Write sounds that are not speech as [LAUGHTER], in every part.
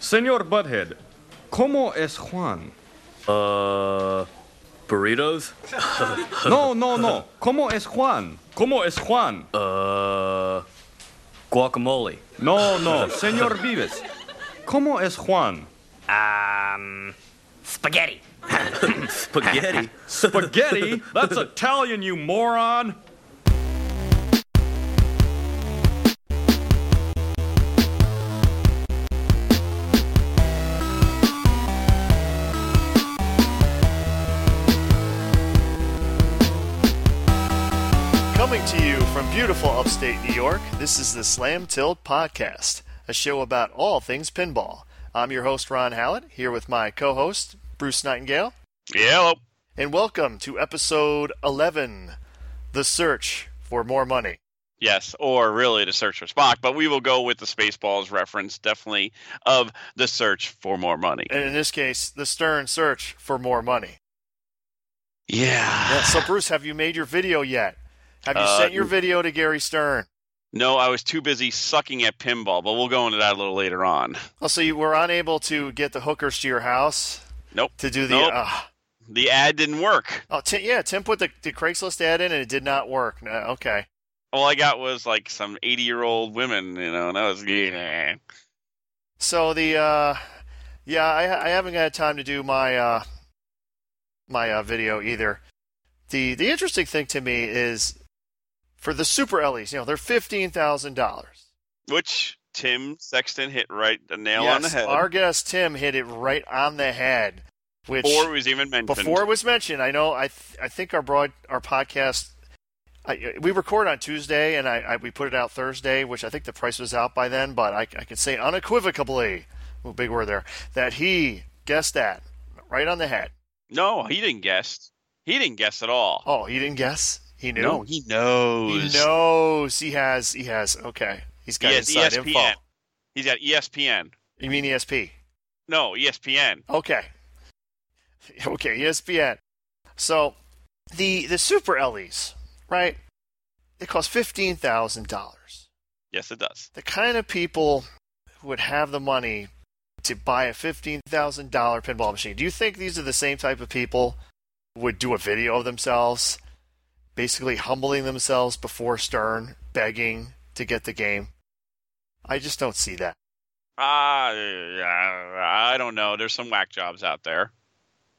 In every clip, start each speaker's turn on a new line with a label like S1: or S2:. S1: Señor Butthead, ¿cómo es Juan?
S2: Uh, burritos?
S1: No, no, no. ¿Cómo es Juan? ¿Cómo es Juan?
S2: Uh, guacamole.
S1: No, no. Señor Vives, ¿cómo
S2: [LAUGHS]
S1: es Juan?
S3: Um, spaghetti.
S2: Spaghetti.
S1: Spaghetti? That's Italian, you moron.
S4: Coming to you from beautiful upstate New York, this is the Slam Tilt Podcast, a show about all things pinball. I'm your host, Ron Hallett, here with my co host, Bruce Nightingale,
S5: Yellow.
S4: and welcome to episode 11 The Search for More Money.
S5: Yes, or really to search for Spock, but we will go with the Spaceballs reference, definitely, of the search for more money.
S4: And in this case, the stern search for more money.
S5: Yeah.
S4: Yeah,
S5: [SIGHS]
S4: so, Bruce, have you made your video yet? Have you
S5: Uh,
S4: sent your video to Gary Stern?
S5: No, I was too busy sucking at pinball, but we'll go into that a little later on.
S4: Also, you were unable to get the hookers to your house
S5: Nope.
S4: to do the.
S5: Nope.
S4: Uh,
S5: The ad didn't work.
S4: oh, Tim, yeah, Tim put the, the Craigslist ad in and it did not work. No, okay.
S5: All I got was like some 80 year old women, you know, and I was. Yeah.
S4: So the uh, yeah, I I haven't had time to do my uh, my uh, video either. The the interesting thing to me is for the super Ellie's, you know, they're fifteen thousand dollars.
S5: Which Tim Sexton hit right the nail
S4: yes,
S5: on the head
S4: Our guest Tim hit it right on the head, which
S5: before it was even mentioned.
S4: before it was mentioned. I know. I th- I think our broad our podcast. I, we record on Tuesday, and I, I we put it out Thursday, which I think the price was out by then. But I, I can say unequivocally, ooh, big word there, that he guessed that right on the head.
S5: No, he didn't guess. He didn't guess at all.
S4: Oh, he didn't guess. He knew.
S5: no, he knows.
S4: he knows. He has. He has. Okay, he's got
S5: He has E
S4: inside
S5: ESPN.
S4: info.
S5: He's got E ESPN.
S4: You mean E ESP?
S5: No, E ESPN.
S4: Okay. [LAUGHS] Okay, E ESPN. So the the super LEs, right? They cost fifteen thousand dollars.
S5: Yes, it does.
S4: The kind of people who would have the money to buy a fifteen thousand dollar pinball machine. Do you think these are the same type of people who would do a video of themselves, basically humbling themselves before Stern, begging to get the game? I just don't see that.
S5: Ah, yeah, I don't know. There's some whack jobs out there,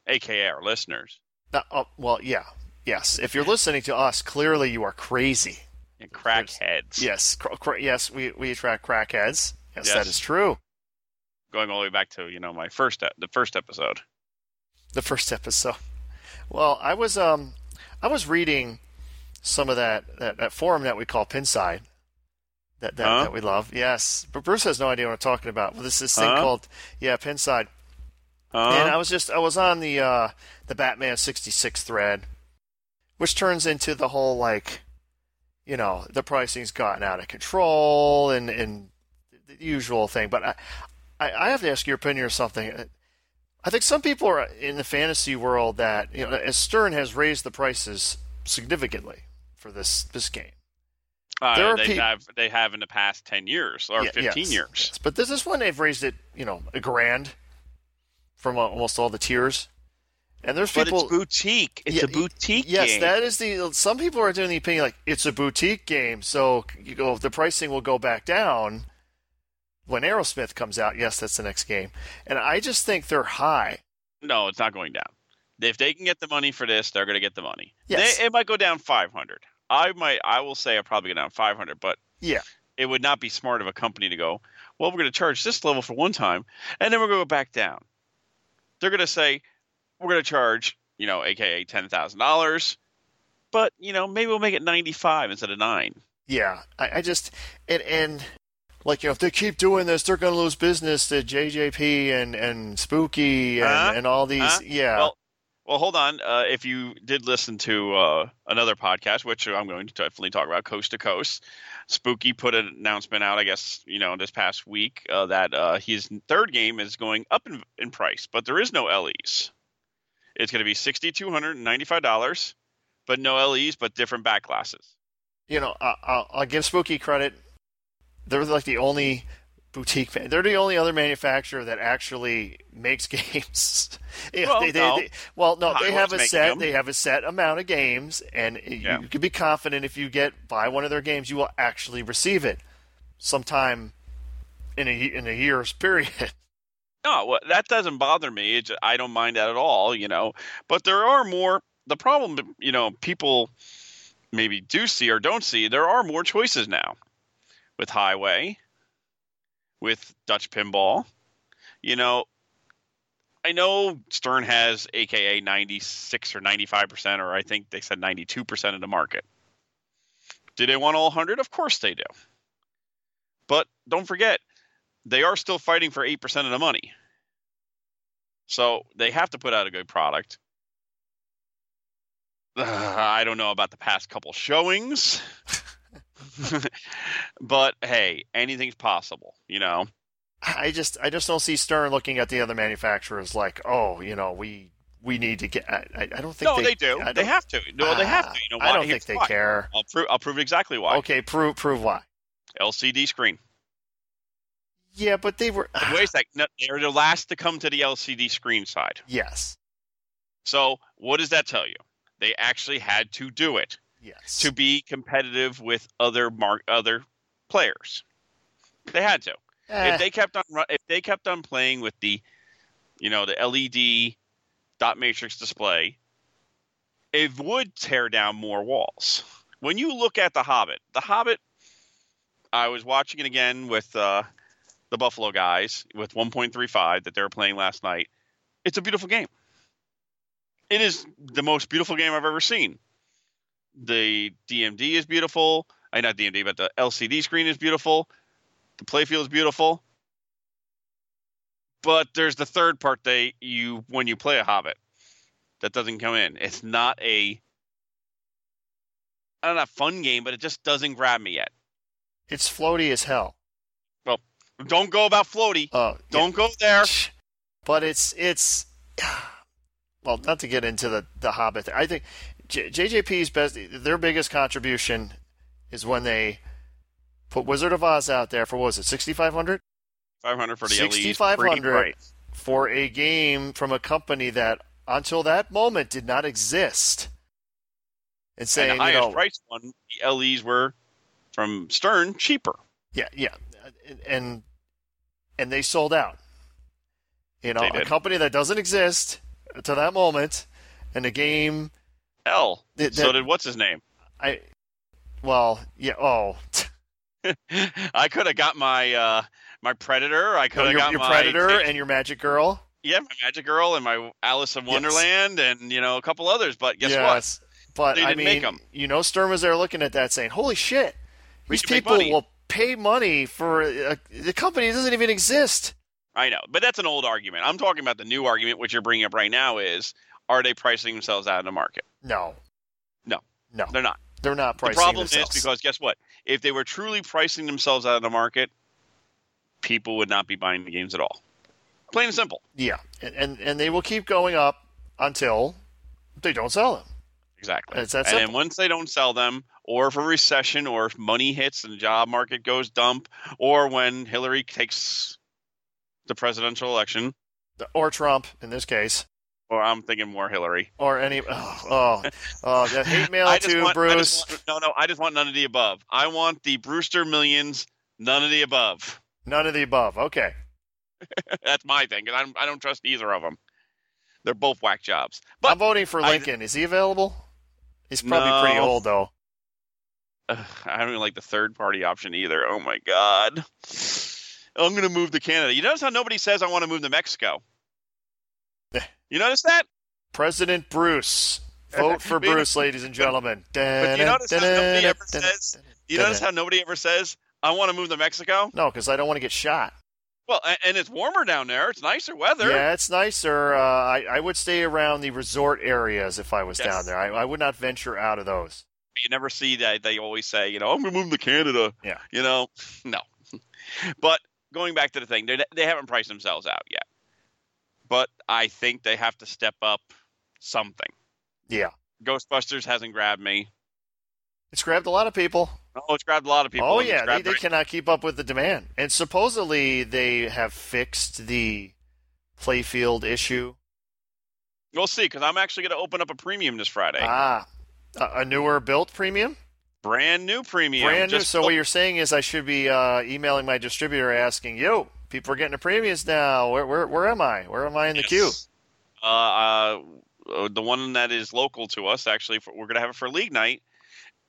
S5: aka our listeners.
S4: Not, oh, well, yeah, yes. If you're listening to us, clearly you are crazy.
S5: And crackheads.
S4: Yes, cr- cr- yes, we, we attract crackheads. Yes,
S5: Yes.
S4: that is true.
S5: Going all the way back to you know my first e- the first episode.
S4: The first episode. Well, I was um, I was reading some of that that, that forum that we call Pinside, that that,
S5: Huh?
S4: that we love. Yes, but Bruce has no idea what I'm talking about. Well, this this thing
S5: Huh?
S4: called yeah Pinside, and uh, I
S5: Huh?
S4: was just I was on the uh the Batman 66 thread, which turns into the whole like, you know, the pricing's gotten out of control and and the usual thing. But I I, I have to ask your opinion or something. I think some people are in the fantasy world that you know, as Stern has raised the prices significantly for this this game.
S5: Uh,
S4: there are
S5: they
S4: pe-
S5: have they have in the past ten years or
S4: Yeah,
S5: fifteen
S4: yes,
S5: years.
S4: yes. But this is when they've raised it, you know, a grand from uh, almost all the tiers. And there's
S5: But
S4: people
S5: it's boutique. It's
S4: Yeah,
S5: a boutique.
S4: Yes,
S5: game.
S4: that is the. Some people are doing the opinion like it's a boutique game, so you go, the pricing will go back down when Aerosmith comes out. Yes, that's the next game, and I just think they're high.
S5: No, it's not going down. If they can get the money for this, they're going to get the money.
S4: Yes.
S5: They, it might go down 500. I might. I will say I probably go down 500, but
S4: Yeah,
S5: it would not be smart of a company to go, well, we're going to charge this level for one time, and then we're going to go back down. They're going to say, we're going to charge, you know, AKA $10,000, but, you know, maybe we'll make it 95 instead of 9.
S4: yeah. I, I just and and like you know if they keep doing this, they're going to lose business to JJP and and Spooky and,
S5: Huh?
S4: and all these.
S5: Huh?
S4: Yeah,
S5: Uh-huh. Well, well, hold on. Uh, if you did listen to uh, another podcast, which I'm going to definitely talk about, Coast to Coast, Spooky put an announcement out, I guess, you know, this past week uh, that uh, his third game is going up in, in price, but there is no LEs. It's going to be $6,295, but no LEs, but different back glasses.
S4: uh, you know I, I'll, I'll give Spooky credit. They're like the only boutique. fa- They're the only other manufacturer that actually makes [LAUGHS] games. If
S5: Well,
S4: they, they,
S5: no.
S4: they- well, no, they
S5: Highland's
S4: have a
S5: making
S4: set.
S5: them.
S4: They have a set amount of games, and you
S5: Yeah.
S4: can be confident if you get buy one of their games, you will actually receive it sometime in a ye- in a year's [LAUGHS] period.
S5: No, well, that doesn't bother me. It, ju- I don't mind that at all, you know. But there are more. The problem, you know, people maybe do see or don't see. There are more choices now with Highway, with Dutch Pinball. You know, I know Stern has AKA 96 or 95 percent, or I think they said 92 percent of the market. Do they want all 100? Of course they do. But don't forget, they are still fighting for 8% of the money. So they have to put out a good product. [SIGHS] Ugh, I don't know about the past couple showings. [LAUGHS] but hey, anything's possible, you know.
S4: I just I just don't see Stern looking at the other manufacturers like, oh, you know, we we need to get. I, I I don't think
S5: no, they, do.
S4: I
S5: They
S4: don't-
S5: have to. No, they have
S4: Ah,
S5: to. You know why?
S4: I don't
S5: Here's
S4: think they
S5: why.
S4: care.
S5: I'll prove I'll prove exactly why.
S4: Okay, prove prove why. [SIGHS]
S5: LCD screen.
S4: Yeah, but they were. uh,
S5: Wait a sec. No, they're the last to come to the LCD screen side.
S4: yes,
S5: So, what does that tell you? They actually had to do it.
S4: yes.
S5: to be competitive with other mar- other players. They had to.
S4: Eh,
S5: If they kept on ru- if they kept on playing with the you know the LED dot matrix display, it would tear down more walls. When you look at the Hobbit, the Hobbit, I was watching it again with uh, the Buffalo guys with 1.35 that they were playing last night. It's a beautiful game. It is the most beautiful game I've ever seen the DMD is beautiful. I not DMD, but the LCD screen is beautiful. The playfield is beautiful. But there's the third part that you when you play a Hobbit that doesn't come in. It's not a not a fun game, but it just doesn't grab me yet.
S4: it's floaty as hell.
S5: Don't go about floaty.
S4: Oh,
S5: Don't go there.
S4: yeah. But it's it's. [SIGHS] Well, not to get into the the Hobbit. thing. I think J- JJP's best, their biggest contribution, is when they put Wizard of Oz out there for what was it, sixty five hundred?
S5: 500 for the LED.
S4: 6500. for a game from a company that until that moment did not exist. And saying,
S5: And the
S4: you
S5: highest
S4: know,
S5: price one, the LEs were from Stern cheaper.
S4: yeah, yeah, and and they sold out. You know,
S5: They
S4: a
S5: did.
S4: company that doesn't exist to that moment, and a game.
S5: Hell,
S4: Th-
S5: so
S4: that-
S5: did what's his name? [LAUGHS]
S4: I, well, yeah, oh, [LAUGHS]
S5: I could have got my uh, my Predator. I could have
S4: your,
S5: got
S4: your
S5: my
S4: Predator and your Magic Girl.
S5: yeah, my Magic Girl and my Alice in Wonderland and you know a couple others. But guess what?
S4: yes, but
S5: They
S4: I
S5: didn't make
S4: mean,
S5: 'em.
S4: you know, Stern was there looking at that, saying, "Holy shit,
S5: We
S4: these
S5: can make
S4: people
S5: money."
S4: will pay money for a, the company that doesn't even exist."
S5: I know, but that's an old argument. I'm talking about the new argument, which you're bringing up right now. Is are they pricing themselves out of the market?
S4: No.
S5: No.
S4: No.
S5: They're not.
S4: They're not pricing
S5: the problem
S4: themselves.
S5: is because guess what? If they were truly pricing themselves out of the market, people would not be buying the games at all. Plain and simple.
S4: yeah, and, and and they will keep going up until they don't sell them.
S5: Exactly.
S4: It's that
S5: and then
S4: simple.
S5: once they don't sell them, or if a recession, or if money hits and the job market goes dump, or when Hillary takes the presidential election,
S4: Or Trump in this case,
S5: or I'm thinking more Hillary.
S4: or any oh oh, oh
S5: [LAUGHS]
S4: the hate mail
S5: I just
S4: to
S5: want- I
S4: Bruce.
S5: just want- no, no, I just want none of the above. I want the Brewster Millions, none of the above. [LAUGHS]
S4: None of the above. Okay.
S5: That's my thing, and I don't, I don't trust either of them. They're both whack jobs. But
S4: I'm voting for
S5: I-
S4: Lincoln. is he available? He's probably
S5: No.
S4: pretty old though.
S5: Ugh, I don't even like the third party option either. Oh my god. I'm gonna move to Canada. You notice how nobody says I want to move to Mexico.
S4: Yeah.
S5: You notice that?
S4: President
S5: [LAUGHS]
S4: Bruce. Vote for
S5: But you-
S4: Bruce, ladies and gentlemen.
S5: [LAUGHS] But you notice how nobody ever says you notice how nobody ever says I want to move to Mexico.
S4: No, because I don't want to get shot.
S5: Well, a- and it's warmer down there. It's nicer weather.
S4: Yeah, it's nicer. Uh, I, I would stay around the resort areas if I was
S5: Yes.
S4: down there. I, I would not venture out of those.
S5: You never see that. They always say, you know, I'm gonna move to Canada.
S4: Yeah.
S5: You know, [LAUGHS] no. But going back to the thing, they they haven't priced themselves out yet. But I think they have to step up something.
S4: Yeah.
S5: Ghostbusters hasn't grabbed me.
S4: It's grabbed a lot of people.
S5: Oh, it's grabbed a lot of people.
S4: Oh
S5: It's
S4: yeah, they,
S5: grabbed
S4: they
S5: right-
S4: cannot keep up with the demand. And supposedly they have fixed the playfield issue.
S5: We'll see, because I'm actually going to open up a premium this Friday.
S4: Ah, a, a newer built premium,
S5: Brand new premium.
S4: brand new.
S5: Just
S4: So
S5: built-
S4: what you're saying is I should be uh, emailing my distributor asking, "Yo, people are getting the premiums now. Where where where am I? Where am I in the queue?"
S5: Yes. Uh, uh, uh, the one that is local to us, actually, for, we're going to have it for league night.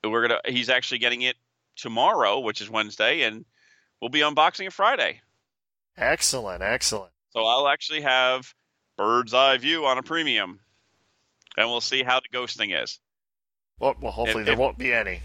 S5: We're gonna. He's actually getting it tomorrow, which is Wednesday, and we'll be unboxing it Friday.
S4: Excellent, excellent.
S5: So I'll actually have bird's eye view on a premium, and we'll see how the ghosting is.
S4: Well, well hopefully
S5: If-
S4: there
S5: if-
S4: won't be any.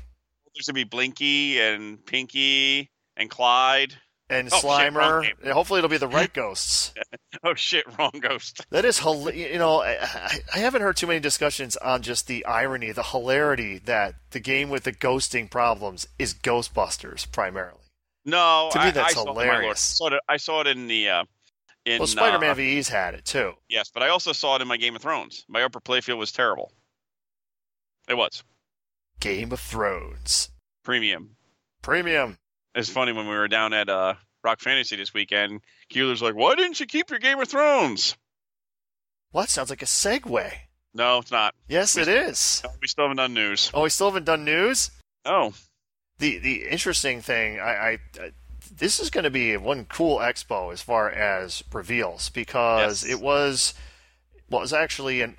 S5: There's gonna be Blinky and Pinky and Clyde. [LAUGHS]
S4: And
S5: Oh, shit, wrong
S4: Slimer.
S5: game.
S4: and hopefully it'll be the
S5: [LAUGHS]
S4: right ghosts.
S5: Oh shit, wrong ghost.
S4: That is, hila- you know, I, I- I haven't heard too many discussions on just the irony, the hilarity that the game with the ghosting problems is Ghostbusters primarily.
S5: No,
S4: To me,
S5: I-
S4: that's
S5: I saw it, my lord.
S4: hilarious.
S5: Saw it- I saw it in the uh, in
S4: well, Spider-Man
S5: uh,
S4: VE's had it too.
S5: yes, but I also saw it in my Game of Thrones. My upper playfield was terrible. It was
S4: Game of Thrones
S5: premium.
S4: premium.
S5: It's funny when we were down at uh, Rock Fantasy this weekend. Keeler's like, "Why didn't you keep your Game of Thrones?"
S4: Well, that sounds like a segue.
S5: No, it's not.
S4: Yes, it is.
S5: No, we still haven't done news.
S4: Oh, we still haven't done news.
S5: Oh,
S4: the the interesting thing I, I uh, this is going to be one cool expo as far as reveals because
S5: Yes.
S4: it was well it was actually an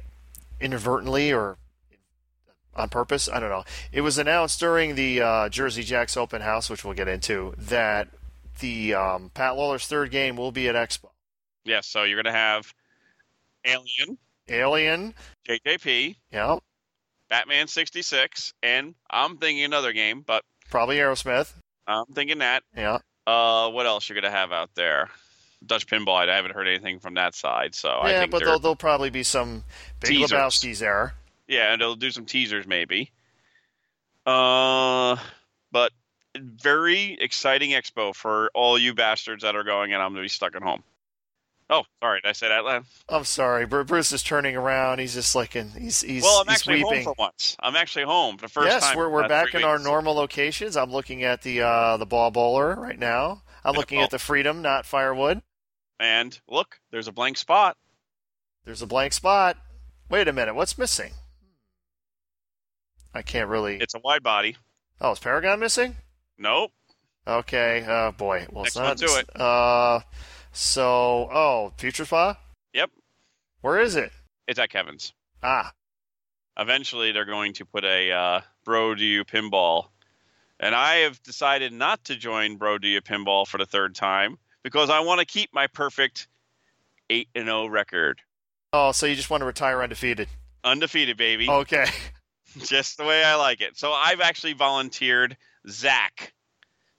S4: inadvertently or on purpose I don't know it was announced during the uh, Jersey Jacks open house which we'll get into that the um, Pat Lawler's third game will be at Expo
S5: yes. So you're gonna have Alien,
S4: Alien
S5: JJP,
S4: yeah
S5: Batman '66, and I'm thinking another game, but
S4: probably Aerosmith
S5: I'm thinking that
S4: yeah
S5: Uh, what else you're gonna have out there? Dutch pinball. I haven't heard anything from that side, so Oh, I
S4: yeah
S5: think
S4: but
S5: they're-
S4: there'll, there'll probably be some Big
S5: Teasers.
S4: Lebowski's there
S5: yeah, and they'll do some teasers maybe. Uh, but very exciting expo for all you bastards that are going, and I'm gonna be stuck at home. Oh, sorry, did I say that loud?
S4: I'm sorry, Bru- Bruce is turning around. He's just like, in, he's he's,
S5: well, I'm
S4: he's
S5: actually
S4: weeping.
S5: home for once. I'm actually home for the first
S4: yes,
S5: time.
S4: we're
S5: in
S4: we're
S5: about
S4: back
S5: three
S4: in our
S5: weeks.
S4: normal locations. I'm looking at the uh, the ball bowler right now. I'm
S5: Yeah,
S4: looking
S5: well-
S4: at the freedom, not firewood.
S5: And look, there's a blank spot.
S4: There's a blank spot. Wait a minute, what's missing? I can't really.
S5: It's a wide body.
S4: oh, is Paragon missing?
S5: Nope.
S4: Okay. Oh boy. Well, it's not.
S5: Next one to
S4: it. Uh, so oh, future spa.
S5: Yep.
S4: Where is it?
S5: It's at Kevin's.
S4: Ah,
S5: eventually they're going to put a uh, bro do you pinball and i have decided not to join bro do you pinball for the third time because i want to keep my perfect 8 and 0 record
S4: oh, so you just want to retire undefeated?
S5: undefeated baby
S4: Okay.
S5: [LAUGHS] just the way i like it so i've actually volunteered zach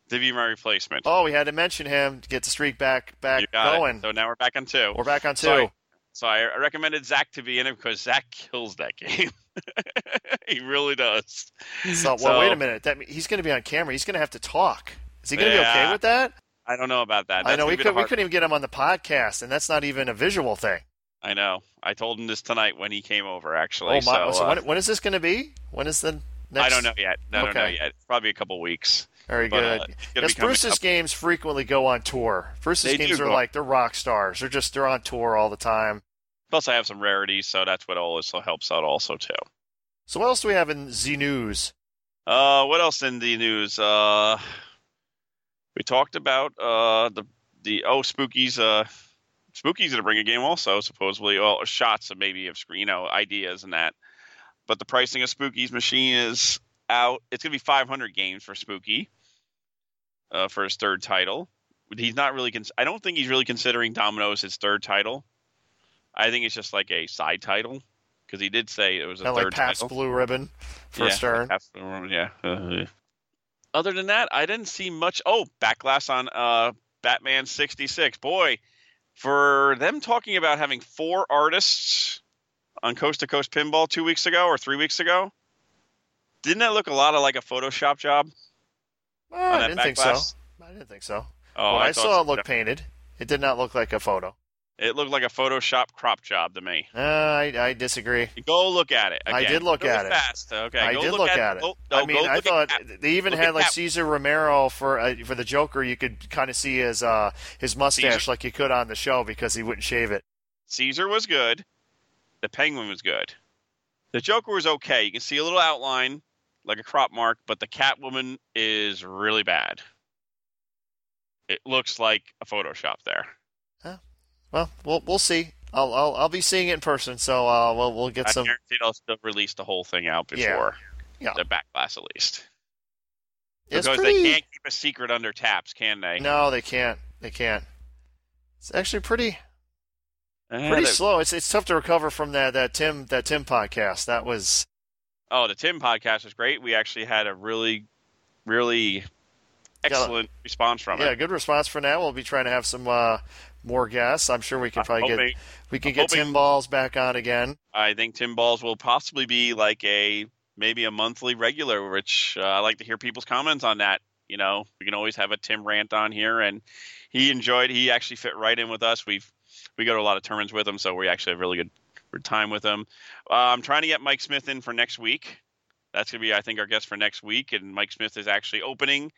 S5: to be my replacement
S4: Oh, we had to mention him to get the streak back back
S5: you got
S4: going.
S5: it so now we're back on two
S4: We're back on two.
S5: Sorry. so i I recommended zach to be in it because zach kills that [LAUGHS] game he really does
S4: So, well,
S5: So-
S4: wait a minute. That mean- he's going to be on camera. He's going to have to talk. Is he going to be okay
S5: Yeah.
S4: with that?
S5: i don't know about that
S4: I
S5: That's
S4: know
S5: gonna
S4: we
S5: be the
S4: could we
S5: hard
S4: couldn't even get him on the podcast, and that's not even a visual thing.
S5: I know. I told him this tonight when he came over.
S4: Oh
S5: Actually,
S4: my!
S5: so,
S4: so
S5: uh,
S4: when, when is this going to be? When is the next?
S5: I don't know yet. I don't know
S4: Okay.
S5: yet. Probably a couple weeks.
S4: Very
S5: But,
S4: good.
S5: uh, it's gonna
S4: yes,
S5: be coming
S4: Bruce's
S5: up.
S4: games frequently go on tour. Bruce's
S5: They do
S4: games are
S5: go-
S4: like they're rock stars. They're just they're on tour all the time.
S5: Plus, I have some rarities, so that's what also helps out also too.
S4: So what else do we have in Z News?
S5: Uh, what else in the news? Uh, we talked about uh the the oh Spooky's uh Spooky's gonna bring a game also supposedly well shots of maybe of you know ideas and that, but the pricing of Spooky's machine is out. It's gonna be 500 games for Spooky. Uh, for his third title, he's not really. Cons- I don't think he's really considering Domino's his third title. I think it's just like a side title because he did say it was a
S4: Kind of like
S5: third
S4: Pat's
S5: title.
S4: Blue Ribbon for
S5: Yeah,
S4: Stern.
S5: half the room, yeah. Uh, Other than that, I didn't see much. Oh, backlash on uh, Batman '66. Boy, for them talking about having four artists on Coast to Coast Pinball two weeks ago or three weeks ago, didn't that look a lot of like a Photoshop job?
S4: Ah,
S5: on
S4: I
S5: that
S4: didn't think so.
S5: backlash?
S4: I didn't think so.
S5: Oh,
S4: When I
S5: thought
S4: saw
S5: so.
S4: it look painted. It did not look like a photo.
S5: It looked like a Photoshop crop job to me.
S4: Uh, I, I disagree.
S5: Go look at it.
S4: I
S5: again.
S4: did look
S5: Really
S4: at it.
S5: fast. Okay,
S4: I
S5: go
S4: did look at it.
S5: Go- no,
S4: I mean,
S5: go
S4: I
S5: look
S4: thought
S5: at that.
S4: they even
S5: Look
S4: had
S5: at
S4: like
S5: that.
S4: Caesar Romero for uh, for the Joker. You could kind of see his uh, his mustache
S5: Caesar.
S4: like you could on the show because he wouldn't shave it.
S5: Caesar was good. The Penguin was good. The Joker was okay. You can see a little outline, like a crop mark, but the Catwoman is really bad. It looks like a Photoshop there.
S4: Well, we'll we'll see. I'll I'll, I'll be seeing it in person, so uh, we'll we'll get
S5: I
S4: some.
S5: guarantee they'll still release the whole thing out
S4: Yeah.
S5: before
S4: Yeah.
S5: the backlash, at least.
S4: It's
S5: because
S4: pretty.
S5: they can't keep a secret under taps, can they?
S4: No, they can't. They can't. It's actually pretty
S5: Eh,
S4: pretty
S5: the-
S4: slow. It's it's tough to recover from that that Tim that Tim podcast. That was
S5: Oh, the Tim podcast was great. We actually had a really, really excellent response from
S4: yeah,
S5: it.
S4: good response for now. We'll be trying to have some uh, more guests. I'm sure we can
S5: I'm
S4: probably get
S5: hoping-
S4: we can
S5: I'm
S4: get
S5: hoping-
S4: Tim Balls back on again.
S5: I think Tim Balls will possibly be like a maybe a monthly regular, which uh, I like to hear people's comments on that. You know, we can always have a Tim rant on here, and he enjoyed. He actually fit right in with us. We've we go to a lot of tournaments with him, so we actually have really good good time with him. Uh, I'm trying to get Mike Smith in for next week. That's gonna be, I think, our guest for next week. And Mike Smith is actually opening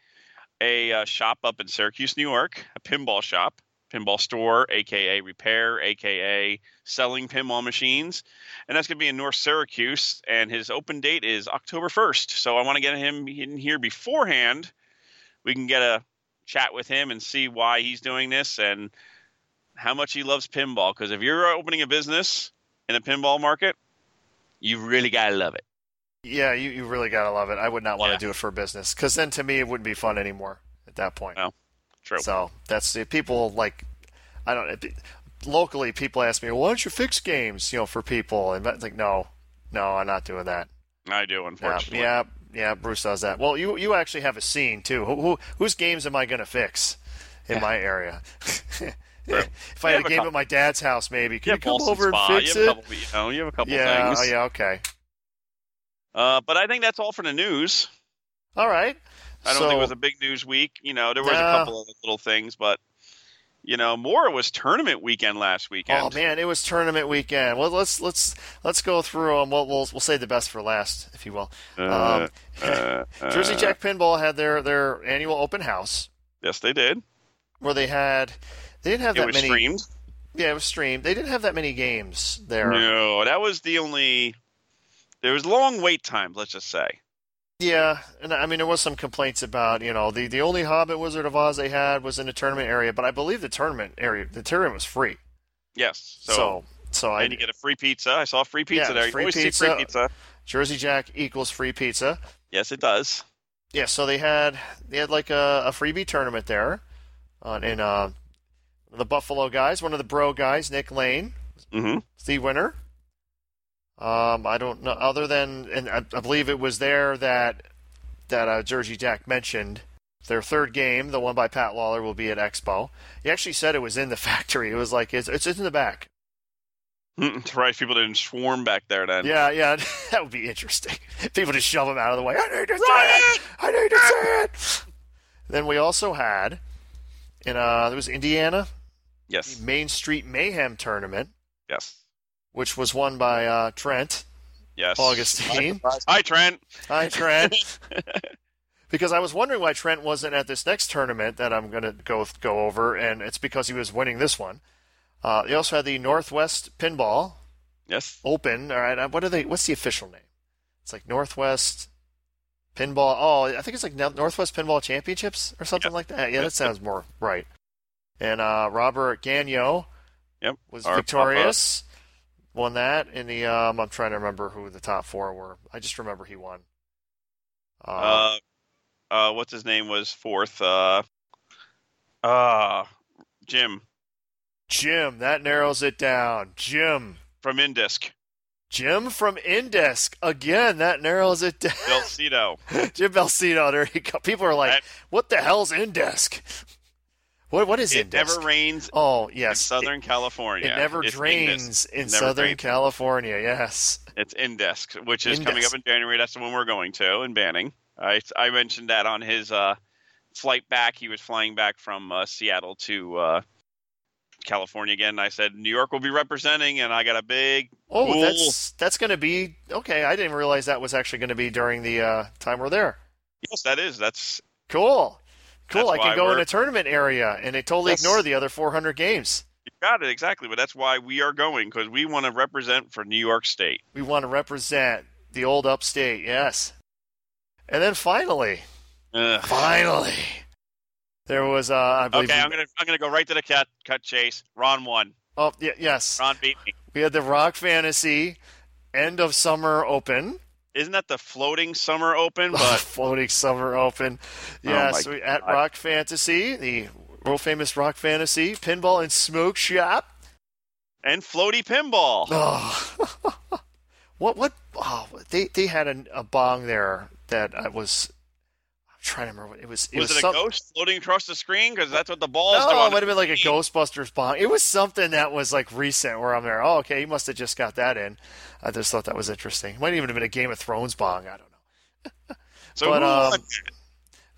S5: a uh, shop up in Syracuse, New York, a pinball shop, pinball store, aka repair, aka selling pinball machines and that's going to be in North Syracuse. And his open date is October 1st. So I want to get him in here beforehand. We can get a chat with him and see why he's doing this and how much he loves pinball. Because if you're opening a business in the pinball market, you really got to love it.
S4: Yeah, you, you really gotta love it. I would not want
S5: Yeah.
S4: to do it for business because then to me it wouldn't be fun anymore at that point.
S5: No, true.
S4: So that's the people like I don't know. Locally, people ask me, "Why don't you fix games?" You know, for people, and it's like, no, no, I'm not doing that.
S5: I do,
S4: Yeah,
S5: unfortunately.
S4: yeah, yeah, Bruce does that. Well, you you actually have a scene too. Who, who whose games am I going to fix in my area? [LAUGHS] if I had
S5: You have
S4: a
S5: a
S4: game
S5: couple-
S4: at my dad's house, maybe could
S5: You
S4: you,
S5: have
S4: come
S5: Boston
S4: over and
S5: Spa,
S4: fix
S5: you
S4: it?
S5: have a couple, you know, you have a couple
S4: yeah,
S5: things.
S4: oh, yeah, okay,
S5: Uh, but I think that's all for the news.
S4: all right.
S5: I don't
S4: so,
S5: think it was a big news week. You know, there was
S4: Nah.
S5: a couple of little things, but you know, more was tournament weekend last weekend.
S4: Oh man, it was tournament weekend. Well, let's let's let's go through them. We'll we'll, we'll save the best for last, if you will.
S5: Uh,
S4: um,
S5: uh,
S4: [LAUGHS]
S5: uh,
S4: Jersey Jack Pinball had their their annual open house
S5: Yes, they did.
S4: where they had they didn't have
S5: It
S4: that
S5: was
S4: many.
S5: streamed.
S4: Yeah, it was streamed. They didn't have that many games there.
S5: No, that was the only. There was long wait times. Let's just say.
S4: Yeah, and I mean there was some complaints about you know the the only Hobbit Wizard of Oz they had was in the tournament area, but I believe the tournament area the tournament was free.
S5: Yes. So,
S4: So so, I
S5: and you get a free pizza. I saw free pizza
S4: Yeah,
S5: there. You
S4: free
S5: always see
S4: pizza.
S5: free pizza.
S4: Jersey Jack equals free pizza.
S5: Yes, it does.
S4: Yeah, so they had they had like a, a freebie tournament there, on in uh, the Buffalo guys, one of the bro guys, Nick Lane,
S5: Mm-hmm.
S4: was the winner. Um, I don't know other than and I, I believe it was there that that uh, Jersey Jack mentioned their third game, the one by Pat Lawler, will be at Expo. He actually said it was in the [LAUGHS] factory. It was like it's it's in the back.
S5: Mm-hmm. [LAUGHS] Surprised people didn't swarm back there then.
S4: Yeah, yeah, [LAUGHS] that would be interesting. [LAUGHS] People just shove him out of the way. I need to see it. I need to see it. Then we also had in uh, there was Indiana
S5: Yes.
S4: the Main Street Mayhem tournament,
S5: Yes.
S4: which was won by uh, Trent
S5: Yes.
S4: Augustine.
S5: Hi, Trent.
S4: Hi, Trent. because I was wondering why Trent wasn't at this next tournament that I'm going to go go over, and it's because he was winning this one. Uh, they also had the Northwest Pinball
S5: Yes.
S4: Open. All right, uh, what are they? What's the official name? It's like Northwest Pinball. Oh, I think it's like Nor- Northwest Pinball Championships or something
S5: Yeah.
S4: like that. Yeah,
S5: Yeah.
S4: that sounds more right. And uh, Robert Gagnon
S5: Yep.
S4: was
S5: Our
S4: victorious, won that in the. Um, I'm trying to remember who the top four were. I just remember he won. Uh,
S5: uh, uh, what's his name was fourth. Uh, uh, Jim
S4: Jim, that narrows it down. Jim,
S5: from Indisc,
S4: Jim from Indesk again. That narrows it down. [LAUGHS]
S5: Belcito.
S4: Jim Belcino, there you go. People are like,
S5: That-
S4: "What the hell's Indesk? [LAUGHS] What what is
S5: it
S4: Indesk?"
S5: never rains
S4: oh
S5: in
S4: yes, It,
S5: Southern California.
S4: it never
S5: It's
S4: drains
S5: Indesk.
S4: in
S5: It never
S4: Southern
S5: drains.
S4: California. Yes,
S5: It's Indesk, which is coming
S4: Indesk.
S5: up in January. That's the one we're going to in Banning. I I mentioned that on his uh, flight back. He was flying back from uh, Seattle to uh, California again. And I said New York will be representing, and I got a big
S4: Oh,
S5: cool-
S4: that's that's going to be okay. I didn't realize that was actually going to be during the uh, time we're there.
S5: yes, that is that's
S4: Cool, cool.
S5: That's
S4: I
S5: why
S4: can go in
S5: we're-
S4: a tournament area and it totally
S5: That's-
S4: ignore the other 400 games.
S5: you got it exactly. But that's why we are going because we want to represent for New York State.
S4: We want to represent the old upstate, yes. And then finally,
S5: Ugh.
S4: finally, there was uh, I believe.
S5: Okay, I'm gonna I'm gonna go right to the cut cut chase. Ron won.
S4: oh y- yes,
S5: Ron beat me.
S4: we had the Rock Fantasy End of Summer Open.
S5: Isn't that the floating
S4: [SIGHS]
S5: summer open?
S4: [LAUGHS]
S5: But
S4: floating summer open.
S5: Oh
S4: Yes,
S5: my
S4: we, at Rock Fantasy, the world famous Rock Fantasy Pinball and Smoke Shop.
S5: and floaty pinball.
S4: Oh, what what? Oh, they they had a, a bong there that I was. I'm trying to remember. What, it was. It
S5: was
S4: was,
S5: it a
S4: some-
S5: ghost floating across the screen? Because that's what the ball is
S4: No, it
S5: doing.
S4: might have been like a Ghostbusters bong. It was something that was like recent where I'm there. Oh, okay, he must have just got that in. I just thought that was interesting. It might even have been a Game of Thrones bong. I don't know.
S5: so
S4: but,
S5: who
S4: um,
S5: won?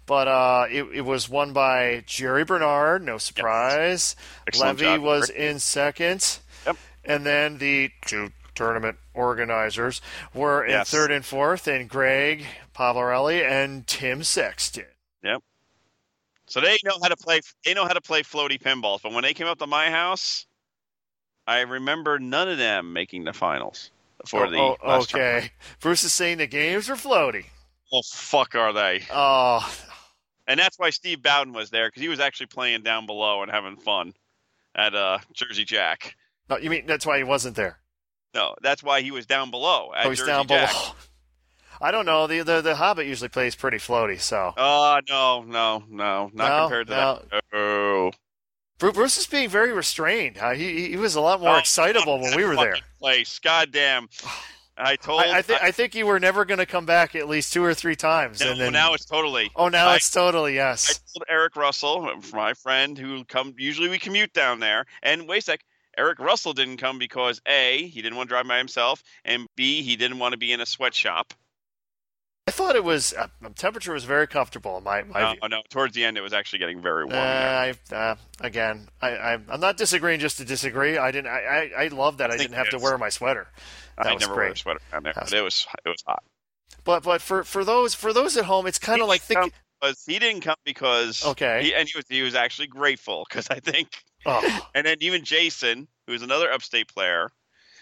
S4: But uh, it, it was won by Jerry Bernard, no surprise.
S5: Excellent
S4: Levy
S5: job,
S4: was in second.
S5: Yep.
S4: And then the two tournament organizers were in
S5: Yes.
S4: third and fourth, and Greg Pavarelli and Tim Sexton.
S5: So they know how to play. They know how to play floaty pinballs. But when they came up to my house, I remember none of them making the finals for the.
S4: Oh, oh,
S5: last
S4: okay.
S5: round.
S4: Bruce is saying the games are floaty.
S5: Oh fuck, are they?
S4: Oh,
S5: And that's why Steve Bowden was there because he was actually playing down below and having fun at uh, Jersey Jack.
S4: no, you mean that's why he wasn't there?
S5: No, that's why he was down below at
S4: oh, he's
S5: Jersey
S4: down
S5: Jack.
S4: below. I don't know. The, the the Hobbit usually plays pretty floaty, so
S5: Oh no, no, no, not
S4: No,
S5: compared to that. Oh,
S4: Bru- Bruce is being very restrained. Uh, he he was a lot more
S5: Oh,
S4: excitable when
S5: that
S4: we were there.
S5: fucking Place, goddamn. I
S4: [SIGHS]
S5: told.
S4: I, I, th- I think you were never going to come back at least two or three times.
S5: no,
S4: and then,
S5: now it's totally.
S4: oh, now
S5: I-
S4: it's totally
S5: I
S4: yes.
S5: told Eric Russell, my friend, who come usually we commute down there. And wait a sec, Eric Russell didn't come because a he didn't want to drive by himself, and b he didn't want to be in a sweatshop.
S4: I, thought it was uh, the temperature was very comfortable. In my my
S5: No,
S4: view.
S5: no, towards the end it was actually getting very warm.
S4: Uh,
S5: there.
S4: I, uh, again, I, I I'm not disagreeing just to disagree. I didn't. I I, I love that I,
S5: think
S4: didn't have to
S5: it's-
S4: wear my sweater. That
S5: I
S4: was
S5: never
S4: great.
S5: wear a sweater down there,
S4: That was-
S5: but it was it was hot.
S4: But but for for those for those at home, it's kind of like
S5: didn't
S4: thinking.
S5: come because he didn't come because
S4: Okay.
S5: he, and he was he was actually grateful because I think
S4: Oh,
S5: and then even Jason, who's another upstate player.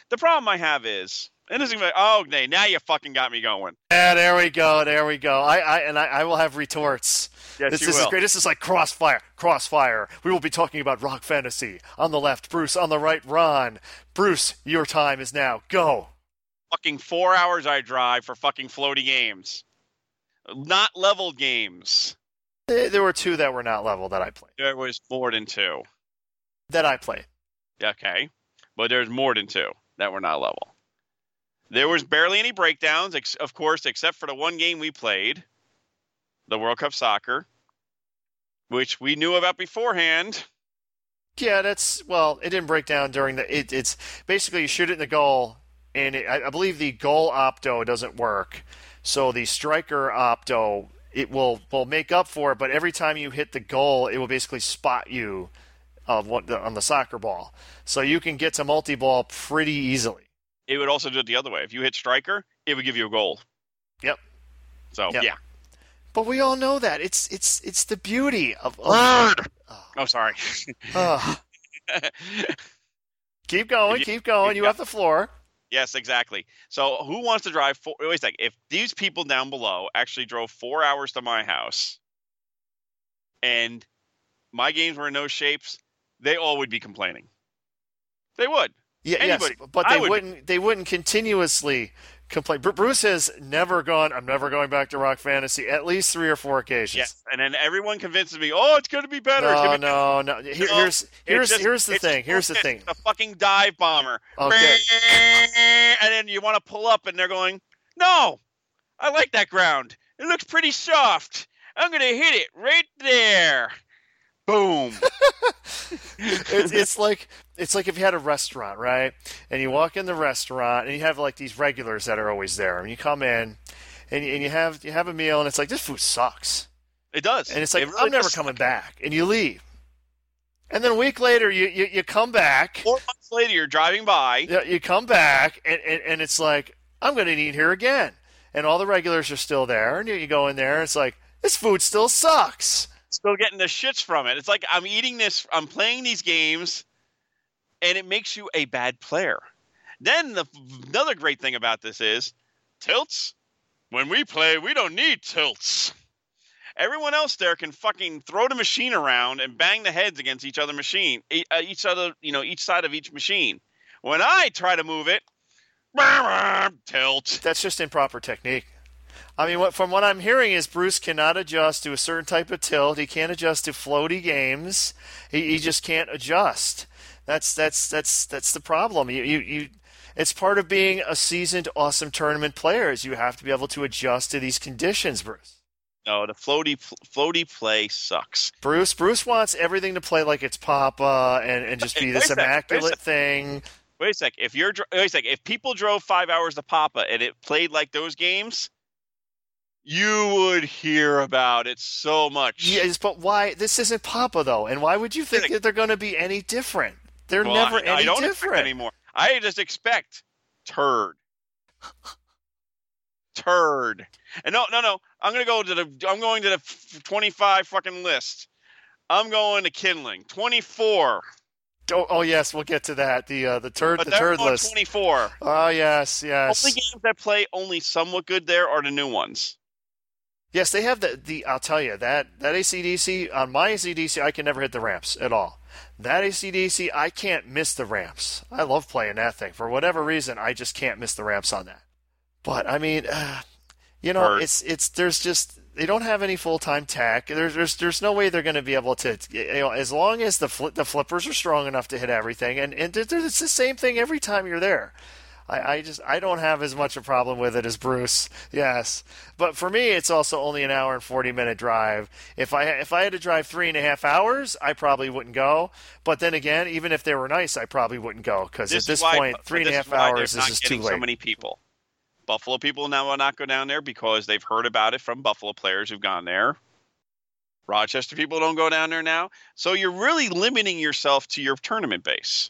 S5: The problem I have is and this is gonna be- oh nay now you fucking got me going.
S4: yeah, there we go, there we go. I, I and I, I will have retorts.
S5: Yes,
S4: this
S5: you
S4: this is
S5: will.
S4: great. This is like crossfire, crossfire. We will be talking about rock fantasy on the left, Bruce on the right, Ron. Bruce, your time is now. Go.
S5: fucking four hours I drive for fucking floaty games. Not leveled games.
S4: There there were two that were not level that I played.
S5: There was more than two.
S4: That I played.
S5: Okay. But there's more than two that were not level. There was barely any breakdowns, ex- of course, except for the one game we played, the World Cup Soccer, which we knew about beforehand.
S4: Yeah, that's well. It didn't break down during the. It, it's basically you shoot it in the goal, and it, I, I believe the goal opto doesn't work, so the striker opto it will will make up for it. But every time you hit the goal, it will basically spot you of what the, on the soccer ball, so you can get to multi ball pretty easily.
S5: It would also do it the other way. If you hit striker, it would give you a goal.
S4: Yep.
S5: So,
S4: Yep.
S5: yeah.
S4: But we all know that it's it's it's the beauty of. of
S5: Oh, sorry. [LAUGHS]
S4: Ugh. keep going,
S5: You-
S4: keep going. You
S5: yeah.
S4: have the floor.
S5: Yes, exactly. So who wants to drive four? Wait a second. If these people down below actually drove four hours to my house, and my games were in no shapes, they all would be complaining. They would.
S4: Yeah, yes,
S5: Anybody.
S4: but
S5: I
S4: they
S5: would-
S4: would... not They wouldn't continuously complain. Bru- Bruce has never gone. I'm never going back to Rock Fantasy. At least three or four occasions.
S5: Yes. And then everyone convinces me, oh, it's going to be better. it's
S4: No,
S5: gonna be
S4: no, no. Here-
S5: No,
S4: here's
S5: It's
S4: here's
S5: just-
S4: here's the
S5: it's
S4: thing.
S5: just
S4: Here's the
S5: bullshit.
S4: thing.
S5: It's a fucking dive bomber.
S4: Okay.
S5: And then you want to pull up, and they're going, "No, I like that ground. It looks pretty soft. I'm gonna hit it right there." Boom.
S4: [LAUGHS] It's, it's like it's like if you had a restaurant, right? And you walk in the restaurant, and you have like these regulars that are always there, and you come in, and you, and you have you have a meal, and it's like this food sucks,
S5: It does.
S4: and it's like
S5: It really
S4: I'm never
S5: does.
S4: coming back, and you leave. And then a week later, you, you, you come back.
S5: Four months later, you're driving by.
S4: Yeah, you come back, and, and, and it's like, I'm going to eat here again. And all the regulars are still there. And you, you go in there, and it's like, this food still sucks.
S5: still getting the shits from it. It's like I'm eating this, I'm playing these games, and it makes you a bad player. Then the another great thing about this is tilts. When we play, we don't need tilts. Everyone else there can fucking throw the machine around and bang the heads against each other machine, e- uh, each other, you know, each side of each machine. When I try to move it, [LAUGHS] tilt.
S4: That's just improper technique. I mean, what, from what I'm hearing is Bruce cannot adjust to a certain type of tilt. He can't adjust to floaty games. He, he just can't adjust. That's that's that's that's the problem. You, you you it's part of being a seasoned awesome tournament player. Is you have to be able to adjust to these conditions, Bruce.
S5: No, the floaty pl- floaty play sucks.
S4: Bruce Bruce wants everything to play like it's Papa and, and just be
S5: Hey,
S4: this
S5: wait a sec, wait a
S4: immaculate
S5: sec.
S4: thing.
S5: Wait a sec. If you're dr- wait a sec. If people drove five hours to Papa and it played like those games, you would hear about it so much.
S4: Yes, but why this isn't Papa though, and why would you think that they're going to be any different? They're
S5: Well,
S4: never
S5: I,
S4: any
S5: I don't expect
S4: different.
S5: anymore. I just expect turd, turd. And no, no, no. I'm gonna go to the. I'm going to the f- 25 fucking list. I'm going to kindling 24,
S4: Oh, oh yes, we'll get to that. The uh, the turd
S5: but
S4: the
S5: they're
S4: turd
S5: on
S4: list.
S5: 24.
S4: Oh yes,
S5: Only
S4: yes,
S5: games that play only somewhat good there are the new ones.
S4: yes. They have the the. I'll tell you that that ACDC on my ACDC, I can never hit the ramps at all. That ACDC, I can't miss the ramps. I love playing that thing for whatever reason. I just can't miss the ramps on that. But I mean, uh, you know,
S5: Turd.
S4: it's it's there's just they don't have any full time tech. There's there's there's no way they're going to be able to you know as long as the fli the flippers are strong enough to hit everything and and they're- they're- it's the same thing every time you're there. I, I just I don't have as much a problem with it as Bruce. Yes, but for me it's also only an hour and forty minute drive. If I if I had to drive three and a half hours, I probably wouldn't go. But then again, even if they were nice, I probably wouldn't go because at
S5: is
S4: this
S5: why-
S4: point,
S5: but
S4: three and a
S5: this
S4: half
S5: is why
S4: hours
S5: they're
S4: is
S5: not
S4: just too
S5: getting
S4: late.
S5: So many people. Buffalo people now will not go down there because they've heard about it from Buffalo players who've gone there. Rochester people don't go down there now, so you're really limiting yourself to your tournament base.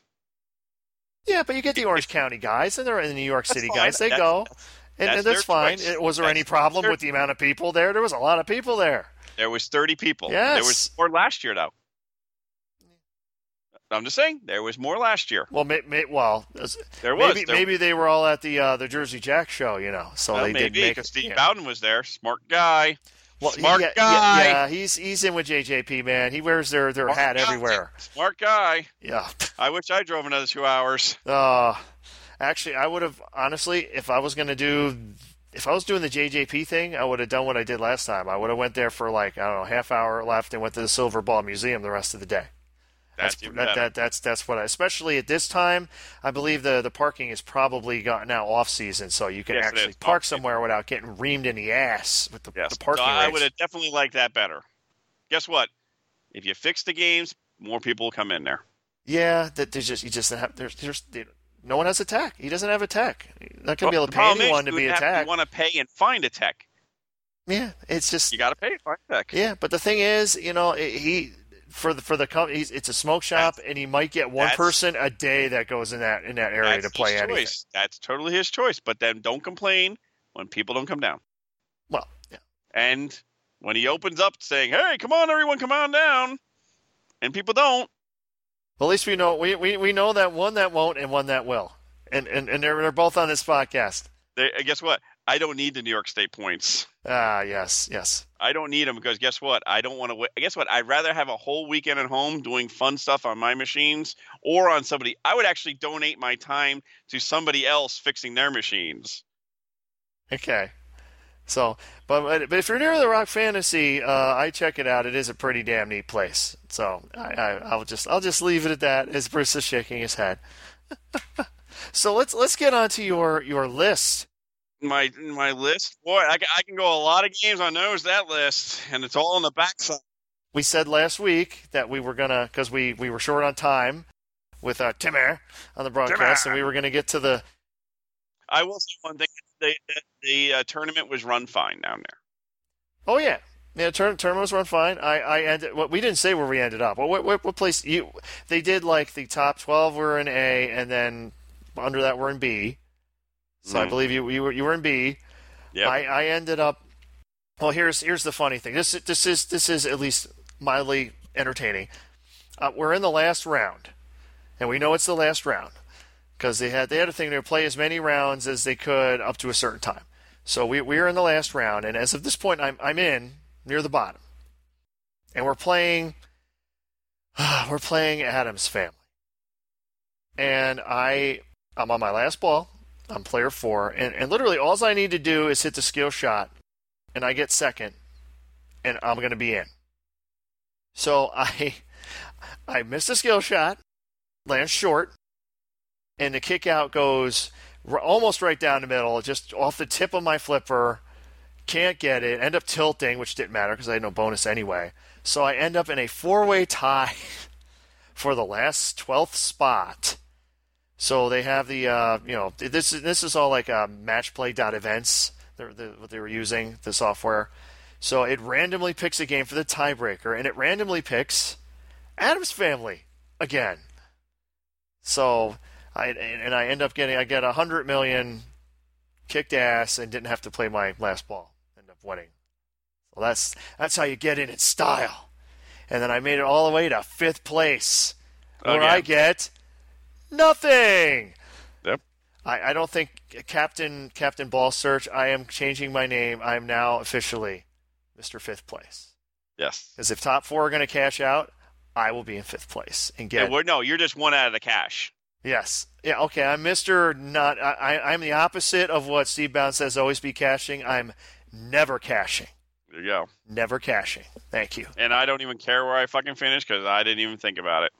S4: Yeah, but you get the Orange County guys and they're in the New York City
S5: fine.
S4: guys. They
S5: That's-
S4: go, and
S5: that's
S4: and that's
S5: their
S4: fine.
S5: choice.
S4: It- Was there
S5: That's
S4: any problem
S5: their-
S4: with the amount of people there? There was a lot of people there.
S5: There was 30 people. There was
S4: Yes.
S5: more last year though. I'm just saying there was more last year.
S4: Well, may, may, well, as-
S5: There was
S4: maybe
S5: there,
S4: maybe they were all at the uh, the Jersey Jack show, you know. So
S5: well,
S4: they
S5: maybe
S4: did make
S5: because Steve
S4: yeah.
S5: Bowden was there, smart guy.
S4: Well,
S5: smart
S4: yeah, yeah,
S5: guy.
S4: Yeah, he's he's in with JJP man. He wears their their
S5: Smart
S4: hat
S5: guy.
S4: everywhere.
S5: Smart guy.
S4: Yeah.
S5: I wish I drove another two hours.
S4: Uh, actually, I would have honestly, if I was gonna do, if I was doing the JJP thing, I would have done what I did last time. I would have went there for like I don't know, half hour left, and went to the Silver Ball Museum the rest of the day.
S5: That's, even
S4: that,
S5: better.
S4: that that's that's what I, especially at this time I believe the the parking is probably got now off season so you can
S5: Yes, it
S4: actually
S5: is.
S4: park
S5: Off-season.
S4: somewhere without getting reamed in the ass with the,
S5: Yes.
S4: the parking
S5: So I
S4: rates.
S5: would have definitely liked that better. Guess what? If you fix the games, more people will come in there.
S4: yeah that there's just you just have there's there's they- no one has a tech he doesn't have a tech You're not gonna
S5: Well,
S4: be able to
S5: the
S4: pay
S5: problem is
S4: anyone to
S5: you
S4: be
S5: would have-
S4: attacked
S5: You want to pay and find a tech.
S4: yeah it's just
S5: You got to pay and find a tech.
S4: yeah but the thing is you know it, he for the for the company he's, it's a smoke shop and he might get one
S5: that's-
S4: person a day that goes in that in that area
S5: That's
S4: to play
S5: his
S4: anything
S5: choice. That's totally his choice. But then don't complain when people don't come down.
S4: well yeah.
S5: And when he opens up saying, "Hey, come on, everyone, come on down," and people don't,
S4: Well, at least we know we, we, we know that one that won't and one that will, and and, and they're they're both on this podcast.
S5: they, guess what? I don't need the New York State points.
S4: Ah, yes, yes.
S5: I don't need them because guess what? I don't want to. Wa- guess what? I'd rather have a whole weekend at home doing fun stuff on my machines or on somebody. I would actually donate my time to somebody else fixing their machines.
S4: Okay. So, but but if you're near the Rock Fantasy, uh, I check it out. It is a pretty damn neat place. So I, I I'll just I'll just leave it at that. As Bruce is shaking his head. [LAUGHS] so let's let's get on to your your list.
S5: My my list, boy, I, ca- I can go a lot of games on those that list, and it's all on the backside.
S4: we said last week that we were gonna because we we were short on time with uh, Timmer on the broadcast, and we were gonna get to the
S5: I will say one thing: the the, the uh, tournament was run fine down there.
S4: oh yeah Yeah, term, terminals run fine. I, I ended. What we didn't say where we ended up. What, what what place you? They did like the top twelve were in A, and then under that were in B. So I
S5: Mhm.
S4: believe you you were you were in B.
S5: Yep.
S4: I, I ended up. Well, here's here's the funny thing. This this is this is at least mildly entertaining. Uh, we're in the last round, and we know it's the last round because they had they had a thing to play as many rounds as they could up to a certain time. So we we are in the last round, and as of this point, I'm I'm in near the bottom, and we're playing. [SIGHS] we're playing Adam's family, and I I'm on my last ball. I'm player four, and, and literally all I need to do is hit the skill shot, and I get second, and I'm going to be in. So [LAUGHS] I I miss the skill shot, land short, and the kick out goes r- almost right down the middle, just off the tip of my flipper. Can't get it. End up tilting, which didn't matter because I had no bonus anyway. So I end up in a four way [LAUGHS] tie for the last twelfth spot. So they have the uh, you know th- this is this is all like uh, matchplay.events they're, they what they were using the software. So it randomly picks a game for the tiebreaker, and it randomly picks Adam's Family again. So I and and I end up getting I get a hundred million, kicked ass, and didn't have to play my last ball. End up winning. So that's that's how you get in in style. And then I made it all the way to fifth place, where
S5: Again.
S4: I get nothing.
S5: Yep.
S4: I, I don't think Captain Captain Ball Search. I am changing my name. I am now officially Mr. Fifth Place.
S5: Yes.
S4: Because if top four are going to cash out, I will be in fifth place and
S5: Yeah.
S4: get
S5: we're, no, you're just one out of the cash.
S4: yes. Yeah. Okay. I'm Mr. Not. I, I- I'm the opposite of what Steve Bound says. Always be cashing. I'm never cashing.
S5: There you go.
S4: Never cashing. Thank you.
S5: And I don't even care where I fucking finish because I didn't even think about it.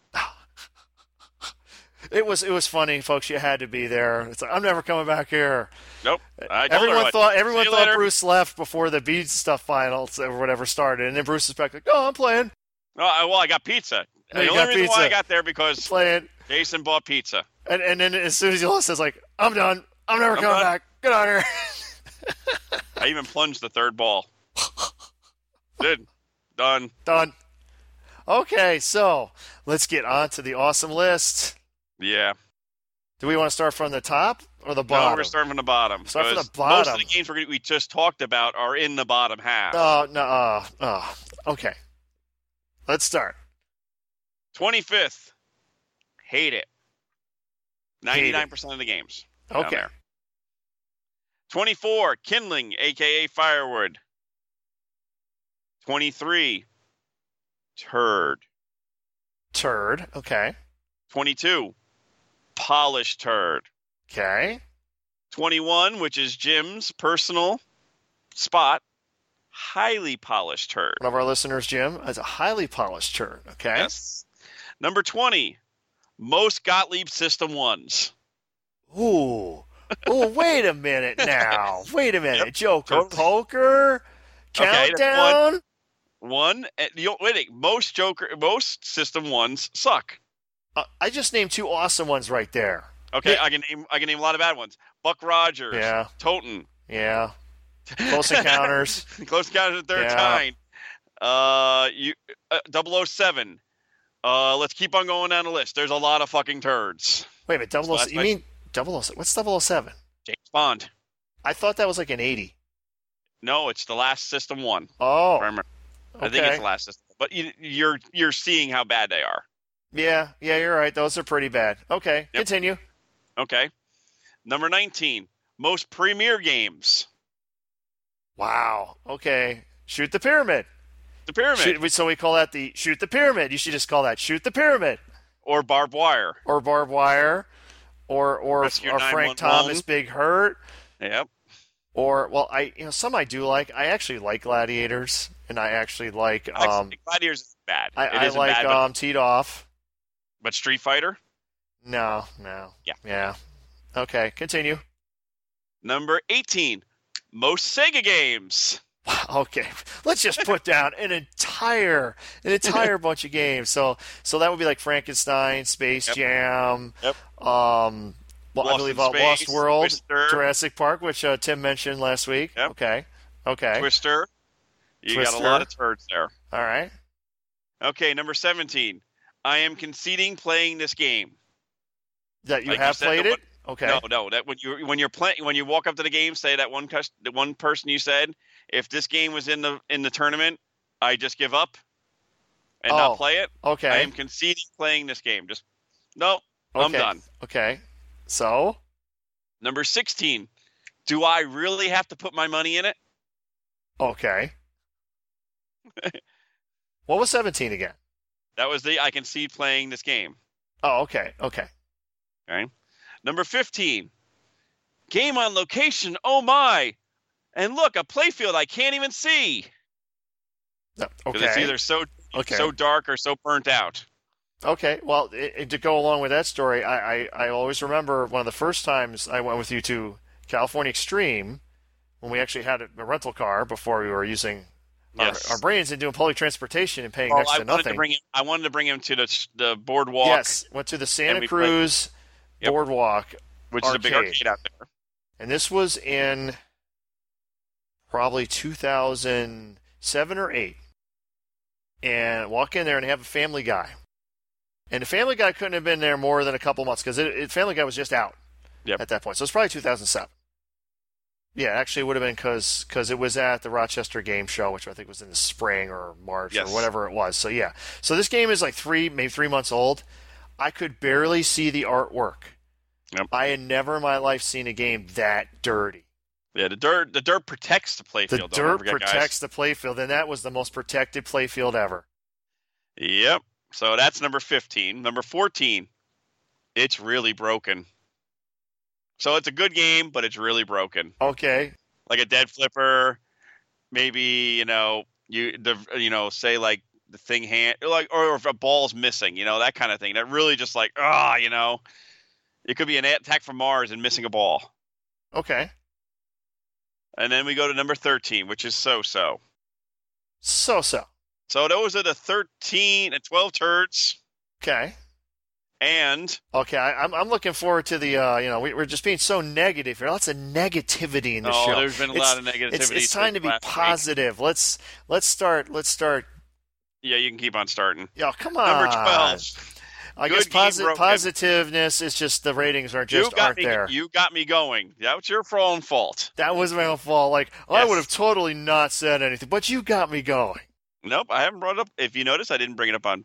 S4: It was it was funny, folks. You had to be there. It's like I'm never coming back here.
S5: Nope. I told her,
S4: everyone
S5: like,
S4: thought
S5: "See
S4: everyone
S5: you
S4: thought
S5: later."
S4: Bruce left before the bead stuff finals or whatever started, and then Bruce is back like, "Oh, I'm playing,
S5: No, I, well, I got pizza.
S4: No,
S5: the
S4: you
S5: only
S4: got
S5: reason why I
S4: pizza.
S5: got there because
S4: playing,"
S5: Jason bought pizza.
S4: and and then as soon as he lost, it's like, "I'm done. I'm never
S5: I'm
S4: coming
S5: done.
S4: back. Get out of here."
S5: I even plunged the
S4: [LAUGHS]
S5: third ball. Dude, done.
S4: Done. Okay, so let's get on to the awesome list.
S5: Yeah.
S4: Do we want to start from the top or the
S5: No,
S4: bottom?
S5: we're starting from the bottom.
S4: Start from the
S5: 'cause Most of
S4: bottom.
S5: the games we're, gonna- we just talked about are in the bottom half.
S4: Oh, no. Uh, uh, okay. Let's start.
S5: 25th. Hate it.
S4: Hate it.
S5: 99% of the games. down
S4: Okay.
S5: there. 24, Kindling, aka Firewood. 23, Turd.
S4: Turd. Okay.
S5: 22, Polished Turd.
S4: Okay.
S5: 21, which is Jim's personal spot, Highly Polished Turd.
S4: One of our listeners, Jim, is a highly polished turd. Okay.
S5: Yes. Number 20, Most Gottlieb System 1s.
S4: Ooh.
S5: [LAUGHS]
S4: Oh, wait a minute now. Wait a minute. Joker,
S5: Totally.
S4: poker,
S5: Okay, that's one.
S4: countdown.
S5: One, eh, you wait, wait, most Joker, most System 1s suck.
S4: Uh, I just named two awesome ones right there.
S5: Okay,
S4: Yeah.
S5: I can name I can name a lot of bad ones. Buck Rogers,
S4: Yeah.
S5: Toten, [LAUGHS]
S4: Yeah. Close encounters.
S5: Close Encounters of the Third
S4: Yeah.
S5: Kind, uh, you, uh, 007. Uh, let's keep on going down the list. There's a lot of fucking turds.
S4: Wait a minute, double oh
S5: Last
S4: You
S5: night-
S4: mean double oh What's double seven?
S5: James Bond.
S4: I thought that was like an eighty.
S5: No, it's the last System One.
S4: Oh,
S5: Remember,
S4: okay.
S5: I think it's the last System. But you, you're you're seeing how bad they are.
S4: yeah, yeah, you're right. Those are pretty bad. Okay,
S5: Yep.
S4: continue.
S5: Okay, number 19, most premier games.
S4: Wow. Okay, shoot the pyramid.
S5: The Pyramid
S4: Shoot- we- so we call that the shoot the pyramid. You should just call that shoot the pyramid
S5: or Barbed Wire.
S4: or barbed wire, or or, or
S5: Rescue
S4: Frank
S5: 911.
S4: Thomas Big Hurt.
S5: Yep.
S4: Or well, I you know some I do like. I actually like gladiators, and I actually like
S5: Actually,
S4: um
S5: Gladiators is bad.
S4: I,
S5: It
S4: I
S5: isn't
S4: like
S5: bad, but-
S4: um teed off.
S5: but Street Fighter.
S4: No, no.
S5: Yeah.
S4: Yeah. Okay, continue.
S5: Number 18, most Sega games.
S4: Wow, Okay, [LAUGHS] let's just put down an entire an
S5: [LAUGHS]
S4: entire bunch of games. So so that would be like Frankenstein, Space
S5: Yep.
S4: Jam,
S5: Yep.
S4: um, well, I
S5: Lost
S4: believe
S5: in
S4: uh, Lost
S5: Space,
S4: World,
S5: Twister.
S4: Jurassic Park, which uh, Tim mentioned last week.
S5: Yep.
S4: Okay, okay,
S5: Twister, You got a lot of turds there.
S4: All right.
S5: Okay, number 17. I am conceding playing this game.
S4: That you
S5: Like you
S4: have
S5: said,
S4: played
S5: the
S4: it? Okay.
S5: No, no. That when you when you're playing when you walk up to the game, say that one cus- the one person you said, if this game was in the in the tournament, I just give up and
S4: Oh,
S5: not play it.
S4: Okay.
S5: I am conceding playing this game. Just no, I'm
S4: Okay.
S5: done.
S4: Okay. So,
S5: Number 16. Do I really have to put my money in it? [LAUGHS]
S4: okay. what was 17 again?
S5: That was the I concede playing this game.
S4: Oh, okay. Okay.
S5: Number 15. Game on location. Oh my. And look, a playfield I can't even see.
S4: No,
S5: 'Cause
S4: okay.
S5: It's either so
S4: okay.
S5: so dark or so burnt out.
S4: Okay, well, i i to go along with that story, I, I, I always remember one of the first times I went with you to California Extreme when we actually had a, a rental car before we were using our,
S5: Yes.
S4: our brains and doing public transportation and paying
S5: Well,
S4: next to
S5: I wanted
S4: nothing.
S5: to bring him. I wanted to bring him to the the boardwalk,
S4: yes, went to the Santa
S5: we played-
S4: Cruz
S5: Yep.
S4: boardwalk,
S5: which is a big
S4: Arcade.
S5: arcade out there.
S4: and this was in probably 2007 or 8. And walk in there and have a Family Guy. And the Family Guy couldn't have been there more than a couple months because it, it, Family Guy was just out.
S5: Yep.
S4: at that point. So it's probably 2007. Yeah, actually, it would have been because it was at the Rochester Game Show, which I think was in the spring or March
S5: Yes.
S4: or whatever it was. So yeah, so this game is like three, maybe three months old. I could barely see the artwork.
S5: Yep.
S4: I had never in my life seen a game that dirty.
S5: Yeah, the dirt the dirt protects the playfield.
S4: The
S5: don't
S4: dirt
S5: forget, guys.
S4: protects the playfield, and that was the most protected playfield ever.
S5: Yep. So that's number fifteen. Number fourteen. It's really broken. So it's a good game, but it's really broken.
S4: Okay,
S5: Like a dead flipper, maybe you know you the you know say like the thing hand like or if a ball's missing, you know that kind of thing. That really just like ah, you know, it could be an attack from Mars and missing a ball.
S4: okay.
S5: And then we go to number 13, which is so so.
S4: So so.
S5: So those are the 13 and 12 turds.
S4: Okay.
S5: And
S4: Okay, I, I'm, I'm looking forward to the, uh, you know, we, we're just being so negative here. Lots of negativity in the
S5: oh,
S4: show.
S5: there's been a
S4: It's-
S5: lot of negativity.
S4: it's, it's
S5: since
S4: time to be
S5: last week.
S4: positive. Let's let's start. Let's start.
S5: Yeah, you can keep on starting.
S4: Yeah, come on.
S5: Number 12.
S4: I
S5: Good
S4: guess
S5: game,
S4: posi-
S5: broken.
S4: positiveness is just the ratings are
S5: You
S4: just
S5: got,
S4: aren't
S5: me,
S4: there.
S5: you got me going. That was your own fault.
S4: That was my own fault. Like I
S5: Yes.
S4: would have totally not said anything, but you got me going.
S5: Nope, I haven't brought it up. If you notice, I didn't bring it up on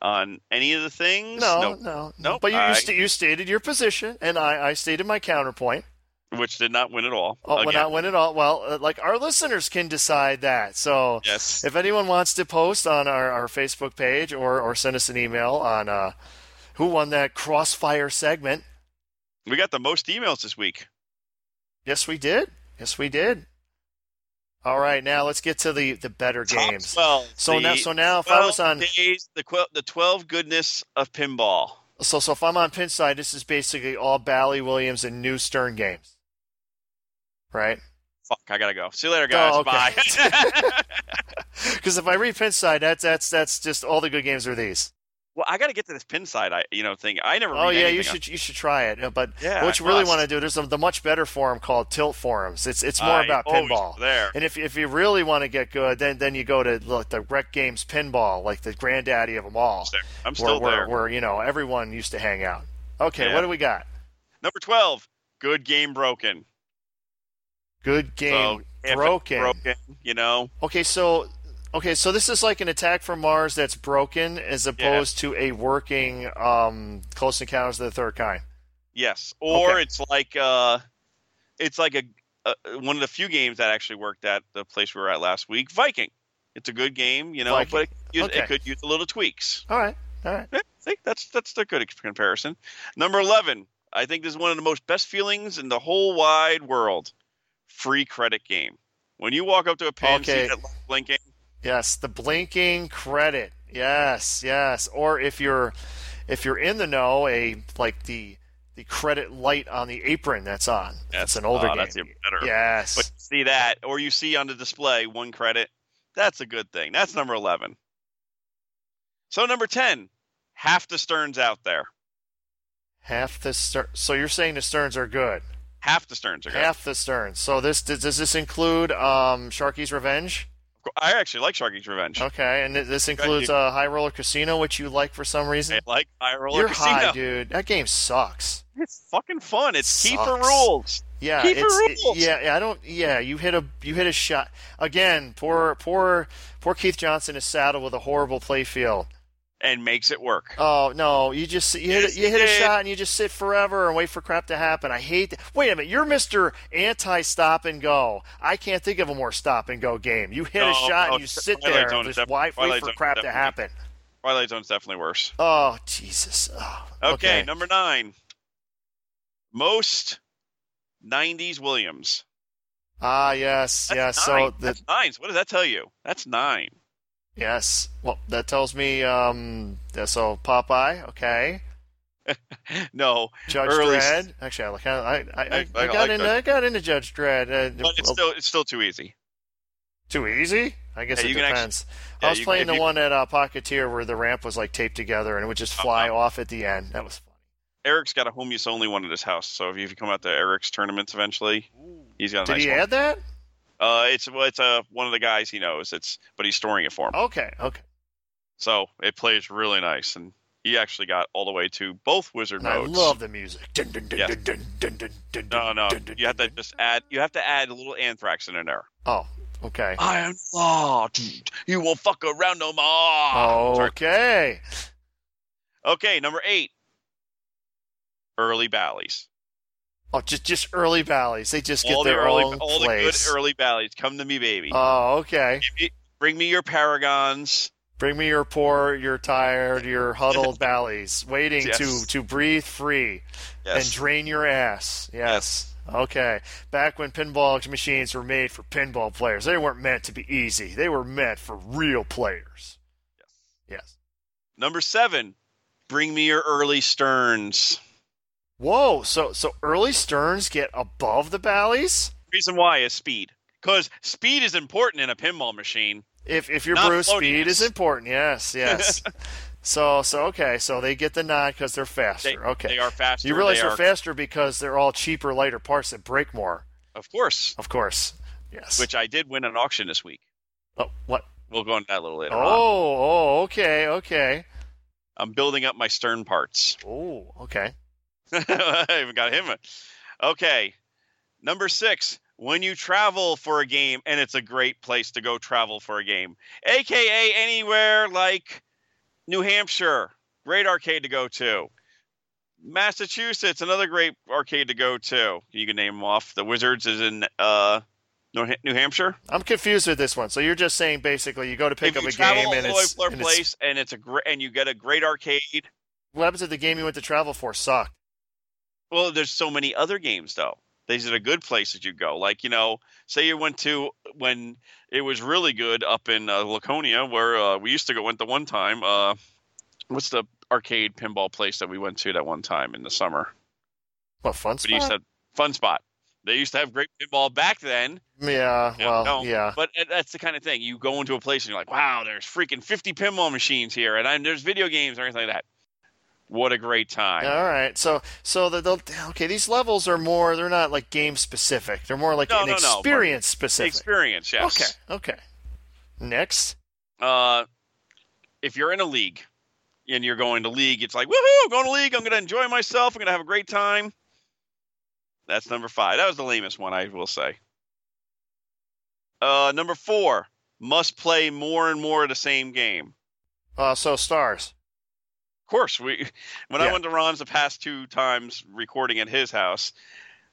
S5: on any of the things.
S4: No,
S5: Nope.
S4: no,
S5: Nope,
S4: But you
S5: I-
S4: you, sta- you stated your position, and I, I stated my counterpoint.
S5: Which did not win at all.
S4: Oh, when
S5: Again.
S4: I went at all, well, uh, like our listeners can decide that. So
S5: Yes.
S4: if anyone wants to post on our, our Facebook page or or send us an email on uh, who won that crossfire segment.
S5: We got the most emails this week.
S4: Yes, we did. Yes, we did. All right, now let's get to the the better
S5: Top
S4: games.
S5: 12.
S4: So
S5: the
S4: now, so now, if I was
S5: 12
S4: on,
S5: days, the, quel- the 12 goodness of pinball.
S4: so so if I'm on pin side, this is basically all Bally Williams and New Stern games, right?
S5: Fuck, I gotta go. See you later, guys.
S4: Oh, okay.
S5: Bye. [LAUGHS]
S4: [LAUGHS] Because if I read pin side, that's that's that's just all the good games are these.
S5: well, I gotta get to this pin side. I, you know, thing. I never.
S4: Oh
S5: read
S4: yeah,
S5: anything
S4: you
S5: on-
S4: should you should try it. Uh, But
S5: Yeah,
S4: what you
S5: I
S4: really
S5: must.
S4: want to do, there's the, the much better forum called Tilt Forums. It's it's more
S5: I
S4: about
S5: always
S4: pinball.
S5: go There.
S4: And if if you really want to get good, then then you go to like the Rec Games Pinball, like the granddaddy of them all.
S5: I'm still
S4: where,
S5: there.
S4: Where, where you know everyone used to hang out. Okay,
S5: Yeah.
S4: what do we got?
S5: Number twelve. Good game broken.
S4: Good game,
S5: So, if it's
S4: broken.
S5: Broken. You know.
S4: Okay, so okay, so this is like an attack from Mars that's broken, as opposed to a working um, Close Encounters of the Third Kind.
S5: Yes. Or
S4: Okay.
S5: it's like uh, it's like a, a one of the few games that actually worked at the place we were at last week. Viking. It's a good game, you know,
S4: Viking.
S5: but it, could use,
S4: Okay.
S5: it could use a little tweaks.
S4: All right, all right.
S5: I think that's that's a good comparison. Number eleven, I think this is one of the most best feelings in the whole wide world. Free credit game. When you walk up to a pin,
S4: Okay.
S5: see that light blinking.
S4: Yes, the blinking credit. Yes, yes. Or if you're if you're in the know, a like the the credit light on the apron that's on. That's an older
S5: oh,
S4: game.
S5: That's even better.
S4: Yes.
S5: But you see that, or you see on the display one credit. That's a good thing. That's number eleven. So number ten, half the sterns out there.
S4: Half the stern. So you're saying the sterns are good.
S5: Half the sterns are good.
S4: Half the sterns. So this does, does this include um, Sharky's Revenge?
S5: I actually like Sharky's Revenge.
S4: Okay, and th- this includes uh, High Roller Casino, which you like for some reason.
S5: I like High Roller
S4: You're
S5: Casino.
S4: high, dude. That game sucks.
S5: It's fucking fun. It's keeper
S4: Sucks.
S5: rules.
S4: Yeah,
S5: Keeper
S4: it's it-
S5: rules.
S4: yeah. I don't. Yeah, you hit a you hit a shot again. Poor poor poor Keith Johnson is saddled with a horrible play field.
S5: And makes it work.
S4: Oh no! You just you hit,
S5: Yes,
S4: you hit a
S5: he did.
S4: shot and you just sit forever and wait for crap to happen. I hate. That. Wait a minute! You're Mister Anti Stop and Go. I can't think of a more stop and go game. You hit a
S5: No,
S4: shot
S5: no,
S4: and you sit
S5: Twilight
S4: there
S5: Zone
S4: and
S5: is
S4: just
S5: def-
S4: wait, wait
S5: Twilight
S4: for
S5: Zone
S4: crap to
S5: definitely-
S4: happen.
S5: Twilight Zone's definitely worse.
S4: Oh Jesus! Oh,
S5: Okay, number nine. Most 90s Williams.
S4: Ah yes,
S5: That's
S4: yes.
S5: nine.
S4: So the,
S5: That's nine. So what does that tell you? That's nine. [LAUGHS]
S4: yes. Well, that tells me. Um. yeah, So Popeye. Okay.
S5: No,
S4: Judge
S5: Early s-
S4: Dredd. Actually, I kind of I I, I,
S5: I- I
S4: I got
S5: like
S4: into
S5: that.
S4: I got into Judge Dredd. Uh,
S5: but it's
S4: well,
S5: still it's still too easy.
S4: Too easy? I guess
S5: Yeah,
S4: it
S5: you can actually-
S4: depends. I
S5: yeah,
S4: was
S5: you-
S4: playing
S5: if
S4: the
S5: you-
S4: one at uh, Pocketeer where the ramp was like taped together and it would just
S5: Oh,
S4: fly off at the end. That was fun.
S5: Eric's got a homeless only one at his house, so if you come out to Eric's tournaments eventually, he's got a
S4: Did
S5: nice
S4: he
S5: one.
S4: add that?
S5: Uh, it's well, it's uh, one of the guys he knows. It's but he's storing it for him,
S4: Okay, okay.
S5: so it plays really nice, and he actually got all the way to both wizard
S4: And I
S5: modes.
S4: love the music. Dun, dun, dun,
S5: Yeah.
S4: dun, dun, dun, dun, dun,
S5: no,
S4: dun,
S5: no,
S4: dun, dun,
S5: you have to
S4: dun,
S5: just add. You have to add a little anthrax in there.
S4: dun. Oh, okay.
S5: I am law. dude. You won't fuck around no
S4: Oh.
S5: more. Ah, Sorry.
S4: Okay.
S5: Okay, number eight. Early Bally's.
S4: Oh, just just early valleys. They just
S5: all
S4: get
S5: the
S4: their
S5: early,
S4: own
S5: all
S4: place.
S5: the good early Bally's. Come to me, baby.
S4: oh, okay.
S5: Give me- Bring me your paragons.
S4: Bring me your poor, your tired,
S5: [LAUGHS]
S4: your huddled valleys, waiting to
S5: Yes.
S4: to breathe free. and drain your ass. Yes. Okay. Back when pinball machines were made for pinball players, they weren't meant to be easy. They were meant for real players. Yes. Yes.
S5: Number seven, bring me your early Sterns.
S4: Whoa. So so early Sterns get above the Bally's.
S5: Reason why is speed, because speed is important in a pinball machine.
S4: If if your
S5: Not
S4: brew speed
S5: floatiness.
S4: is important,
S5: [LAUGHS]
S4: yes, yes. so so okay. So they get the nod because they're faster.
S5: They,
S4: okay.
S5: they are faster.
S4: you realize
S5: they
S4: they're
S5: are-
S4: faster because they're all cheaper, lighter parts that break more.
S5: of course.
S4: Of course. Yes.
S5: Which I did win an auction this week.
S4: oh, what?
S5: We'll go into that a little later. on.
S4: Oh, oh, okay, okay.
S5: I'm building up my Stern parts. [LAUGHS]
S4: Oh, okay.
S5: I even got him. a- Okay. Number six, when you travel for a game, and it's a great place to go travel for a game, AKA anywhere like New Hampshire, great arcade to go to. Massachusetts, another great arcade to go to. You can name them off. The Wizards is in uh, New Ha- New Hampshire.
S4: I'm confused with this one. So you're just saying basically you go to pick
S5: if
S4: up
S5: you
S4: a
S5: travel
S4: game and
S5: all the way
S4: it's,
S5: for a
S4: and it's-
S5: place, and it's a great, and you get a great arcade.
S4: what happens if the game you went to travel for sucked?
S5: Well, there's so many other games though. These are the good places you go. Like you know, say you went to when it was really good up in uh, Laconia, where uh, we used to go. Went the one time. Uh, what's the arcade pinball place that we went to that one time in the summer?
S4: What fun
S5: But used
S4: spot?
S5: to have Fun Spot. They used to have great pinball back then.
S4: yeah,
S5: Yeah,
S4: well,
S5: no.
S4: yeah.
S5: But it- that's the kind of thing. You go into a place and you're like, wow, there's freaking 50 pinball machines here, and I'm, there's video games and everything like that. What a great time!
S4: All right. So so the, the okay, these levels are more they're not like game specific. They're more like
S5: No,
S4: an
S5: no, no, but-
S4: experience specific.
S5: Experience, yes.
S4: Okay. Okay. Next.
S5: uh, if you're in a league and you're going to league, it's like, woohoo, I'm going to league. I'm going to enjoy myself. I'm going to have a great time. That's number five. That was the lamest one, I will say. Uh, number four, must play more and more of the same game.
S4: Uh so stars.
S5: Of course, we [LAUGHS] when
S4: Yeah.
S5: I went to Ron's the past two times recording at his house,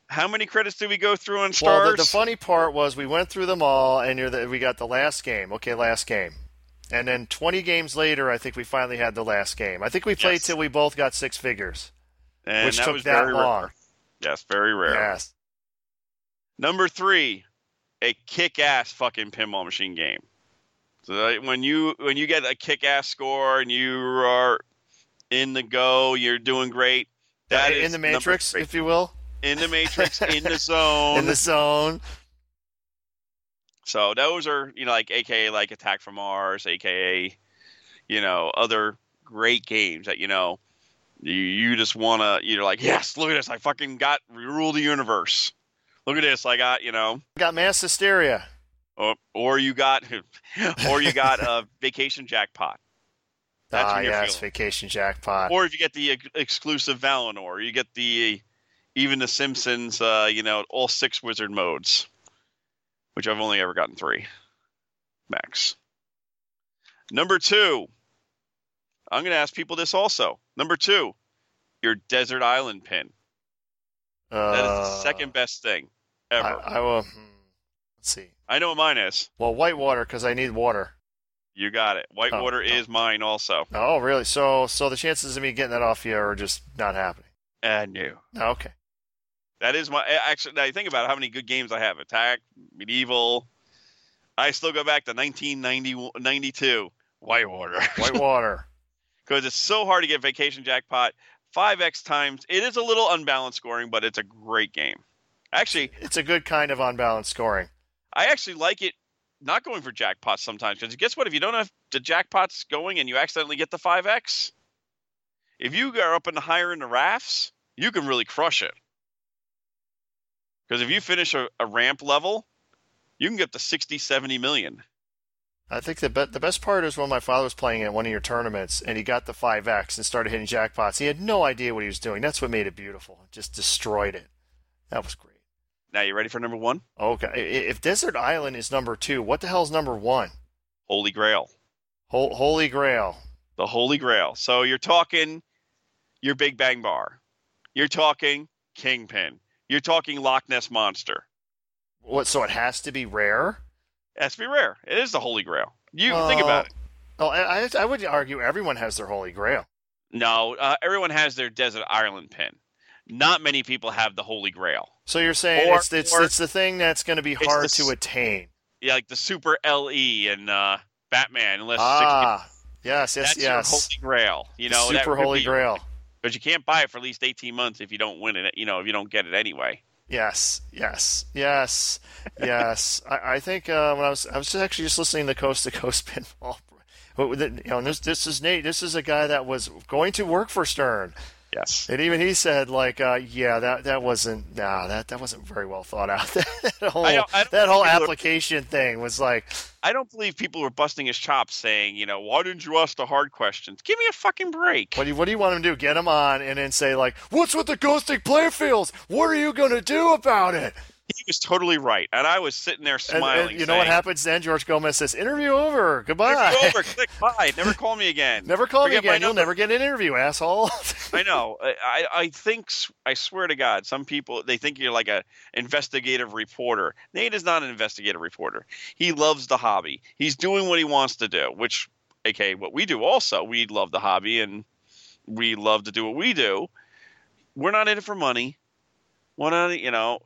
S5: how many credits did we go through on stars?
S4: Well, the, the funny part was we went through them all, and you're the, we got the last game. Okay, last game. And then 20 games later, I think we finally had the last game. I think we played
S5: Yes.
S4: till we both got six figures,
S5: and
S4: which
S5: that
S4: took
S5: was
S4: that
S5: very
S4: long.
S5: Rare. Yes, very rare.
S4: Yes.
S5: Number three, a kick-ass fucking pinball machine game. So like, when you when you get a kick-ass score and you are in the go, you're doing great. That
S4: in
S5: is
S4: the
S5: number
S4: Matrix,
S5: three.
S4: if you will,
S5: in
S4: [LAUGHS]
S5: the matrix, in the zone.
S4: in the zone.
S5: So those are you know like AKA like Attack from Mars, AKA you know other great games that you know you, you just wanna you're like yes look at this I fucking got rule the universe. Look at this I got you know
S4: Got mass hysteria.
S5: or, or you got, [LAUGHS] or you got a
S4: [LAUGHS]
S5: vacation jackpot. That's
S4: ah,
S5: what you're
S4: yes,
S5: feeling.
S4: vacation jackpot.
S5: Or if you get the ex- exclusive Valinor, you get the even the Simpsons, uh, you know, all six wizard modes, which I've only ever gotten three, max. Number two, I'm going to ask people this also. Number two, your desert island pin.
S4: uh,
S5: That is the second best thing ever.
S4: I, I will. hmm, Let's see.
S5: I know what mine is.
S4: Well, white water because I need water.
S5: You got it. Whitewater
S4: Oh, oh.
S5: is mine also.
S4: Oh, really? So, so the chances of me getting that off you are just not happening.
S5: And you.
S4: Oh, Okay.
S5: That is my actually. Now you think about it, how many good games I have: Attack, Medieval. I still go back to 1992 Whitewater [LAUGHS]
S4: White water.
S5: because it's so hard to get Vacation Jackpot five x times. It is a little unbalanced scoring, but it's a great game. Actually,
S4: it's a good kind of unbalanced scoring.
S5: I actually like it not going for jackpots sometimes because guess what? If you don't have the jackpots going and you accidentally get the five x, if you are up and higher in the rafts, you can really crush it. Because if you finish a, a ramp level, you can get up to 60, 70 million.
S4: I think the be- the best part is when my father was playing at one of your tournaments and he got the five X and started hitting jackpots. He had no idea what he was doing. That's what made it beautiful. Just destroyed it. That was great.
S5: Now you ready for number one?
S4: Okay. I- i- If Desert Island is number two, what the hell's number one?
S5: Holy Grail.
S4: Hol- Holy Grail.
S5: The Holy Grail. So you're talking your Big Bang Bar. You're talking Kingpin. You're talking Loch Ness Monster.
S4: What? So it has to be rare.
S5: That's be rare. It is the Holy Grail. You think about it.
S4: Oh, I, I- I would argue everyone has their Holy Grail.
S5: No, uh, everyone has their desert island pin. Not many people have the Holy Grail.
S4: So you're saying
S5: Or-
S4: it's it's,
S5: or-
S4: it's the thing that's going to be
S5: It's
S4: hard
S5: the s-
S4: to attain.
S5: Yeah, like the Super LE and uh, Batman. Unless
S4: Ah, yes, yes,
S5: that's
S4: yes.
S5: your Holy Grail. You know,
S4: the
S5: that
S4: super
S5: would
S4: Holy
S5: be-
S4: Grail.
S5: But you can't buy it for at least eighteen months if you don't win it. You know, if you don't get it anyway.
S4: Yes, yes, yes, yes. I, I think uh, when I was I was just actually just listening to Coast to Coast [LAUGHS] Pinball. What with it- You know, and this this is Nate. This is a guy that was going to work for Stern,
S5: Yes.
S4: and even he said like, uh, "Yeah, that that wasn't nah, that that wasn't very well thought out. [LAUGHS] that whole
S5: don't- I don't
S4: that whole
S5: think people are-
S4: application thing was like,
S5: I don't believe people were busting his chops, saying, you know, why didn't you ask the hard questions? Give me a fucking break.
S4: What do you What do you want him to do? Get him on and then say like, "What's with the ghosting playfields? What are you going to do about it?"
S5: He was totally right, and I was sitting there
S4: And,
S5: smiling.
S4: and you know what
S5: saying,
S4: happens then? George Gomez says, "Interview over. Goodbye.
S5: "Interview over. Click bye. Never call me again.
S4: [LAUGHS] Never call
S5: Forget
S4: me
S5: my
S4: again. You'll never get an interview, asshole." [LAUGHS]
S5: I know. I, I- I think s- I swear to God, some people they think you're like a investigative reporter. Nate is not an investigative reporter. He loves the hobby. He's doing what he wants to do, which, okay, what we do also. We love the hobby and we love to do what we do. We're not in it for money. We're not, you know,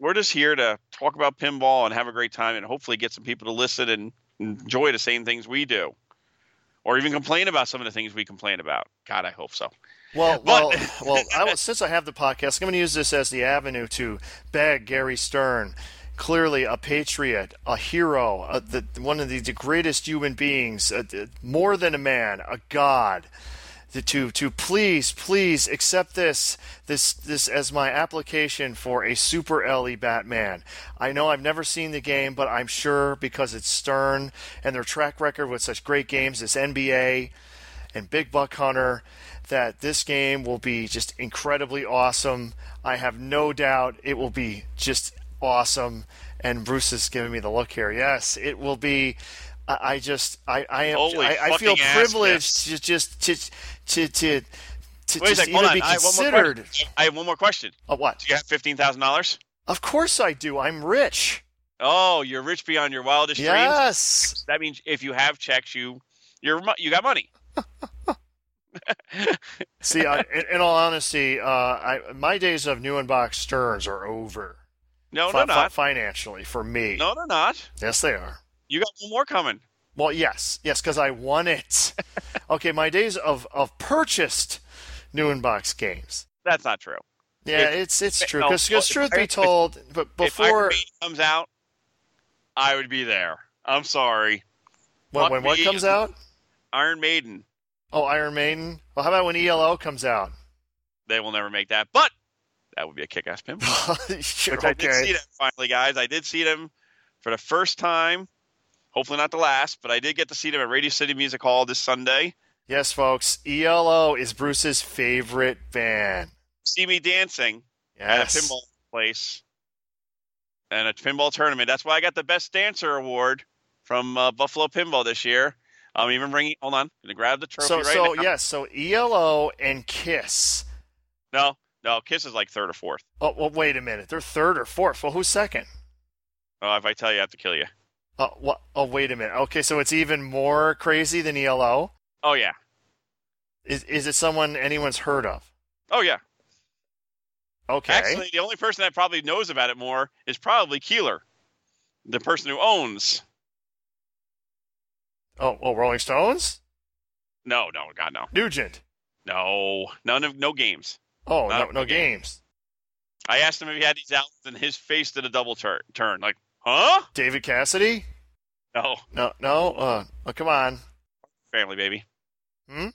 S5: we're just here to talk about pinball and have a great time and hopefully get some people to listen and enjoy the same things we do, or even complain about some of the things we complain about. God, I hope so.
S4: well, well, well. I will, since I have the podcast, I'm going to use this as the avenue to beg Gary Stern. Clearly, a patriot, a hero, a, the, one of the, the greatest human beings, a, a- more than a man, a god. to- to to please please accept this this this as my application for a super le batman i know i've never seen the game but i'm sure because it's stern and their track record with such great games as nba and big buck hunter that this game will be just incredibly awesome i have no doubt it will be just awesome and bruce is giving me the look here yes it will be I I just, I, I am,
S5: Holy
S4: I, I feel
S5: fucking ass
S4: privileged to
S5: kissed.
S4: just to to to, to
S5: Wait a
S4: just
S5: second, hold
S4: even
S5: on.
S4: be
S5: I have one more
S4: considered.
S5: question. I have one more question.
S4: A what?
S5: Do you have fifteen thousand dollars?
S4: Of course I do. I'm rich.
S5: Oh, you're rich beyond your wildest dreams.
S4: Yes.
S5: That means if you have checks, you you're mo- you got money.
S4: See, I, in, in all honesty, uh, I, my days of new and box Stearns are over.
S5: No,
S4: Fi-
S5: no,
S4: fi-
S5: not.
S4: financially for me.
S5: No, no, not.
S4: Yes, they are.
S5: You got one more coming.
S4: Well, yes, yes, because I won
S5: [LAUGHS]
S4: it. okay, my days of of purchased new and box games.
S5: That's not true.
S4: Yeah,
S5: If-
S4: it's it's true.
S5: no,
S4: Because
S5: well,
S4: truth
S5: if I-
S4: be told, but
S5: If Iron
S4: before
S5: Man comes out, I would be there. I'm sorry,
S4: when,
S5: Fuck
S4: when what
S5: me.
S4: comes out?
S5: Iron Maiden.
S4: Oh, Iron Maiden. Well, how about when ELO comes out? [LAUGHS]
S5: They will never make that,
S4: [LAUGHS]
S5: but that would be a kick-ass pimp.
S4: Sure,
S5: Which I did see them finally, guys. I did see them for the first time. Hopefully not the last, but I did get to see them at Radio City Music Hall this Sunday.
S4: Yes, folks, ELO is Bruce's favorite band.
S5: See me dancing at a
S4: Yes.
S5: pinball place and a pinball tournament. That's why I got the best dancer award from uh, Buffalo Pinball this year. I'm even bringing. Hold on, gonna grab the trophy
S4: So,
S5: right
S4: so
S5: now.
S4: yes, so ELO and Kiss.
S5: No, no, Kiss is like third or fourth.
S4: Oh, well, wait a minute. They're third or fourth. Well, who's second?
S5: Oh, if I tell you, I have to kill you.
S4: Oh, what? Oh, wait a minute. Okay, so it's even more crazy than ELO.
S5: Oh yeah,
S4: Is is it someone anyone's heard of?
S5: oh yeah.
S4: Okay.
S5: Actually, the only person that probably knows about it more is probably Keeler, the person who owns.
S4: oh, oh, Rolling Stones,
S5: No, no, God, no,
S4: Nugent.
S5: no, none of no games.
S4: Oh,
S5: Not
S4: no, no
S5: okay.
S4: games.
S5: I asked him if he had these albums, and his face did a double tur- turn. Like, huh?
S4: David Cassidy.
S5: No,
S4: No, no. Uh, oh, come on.
S5: Family, baby.
S4: Hmm?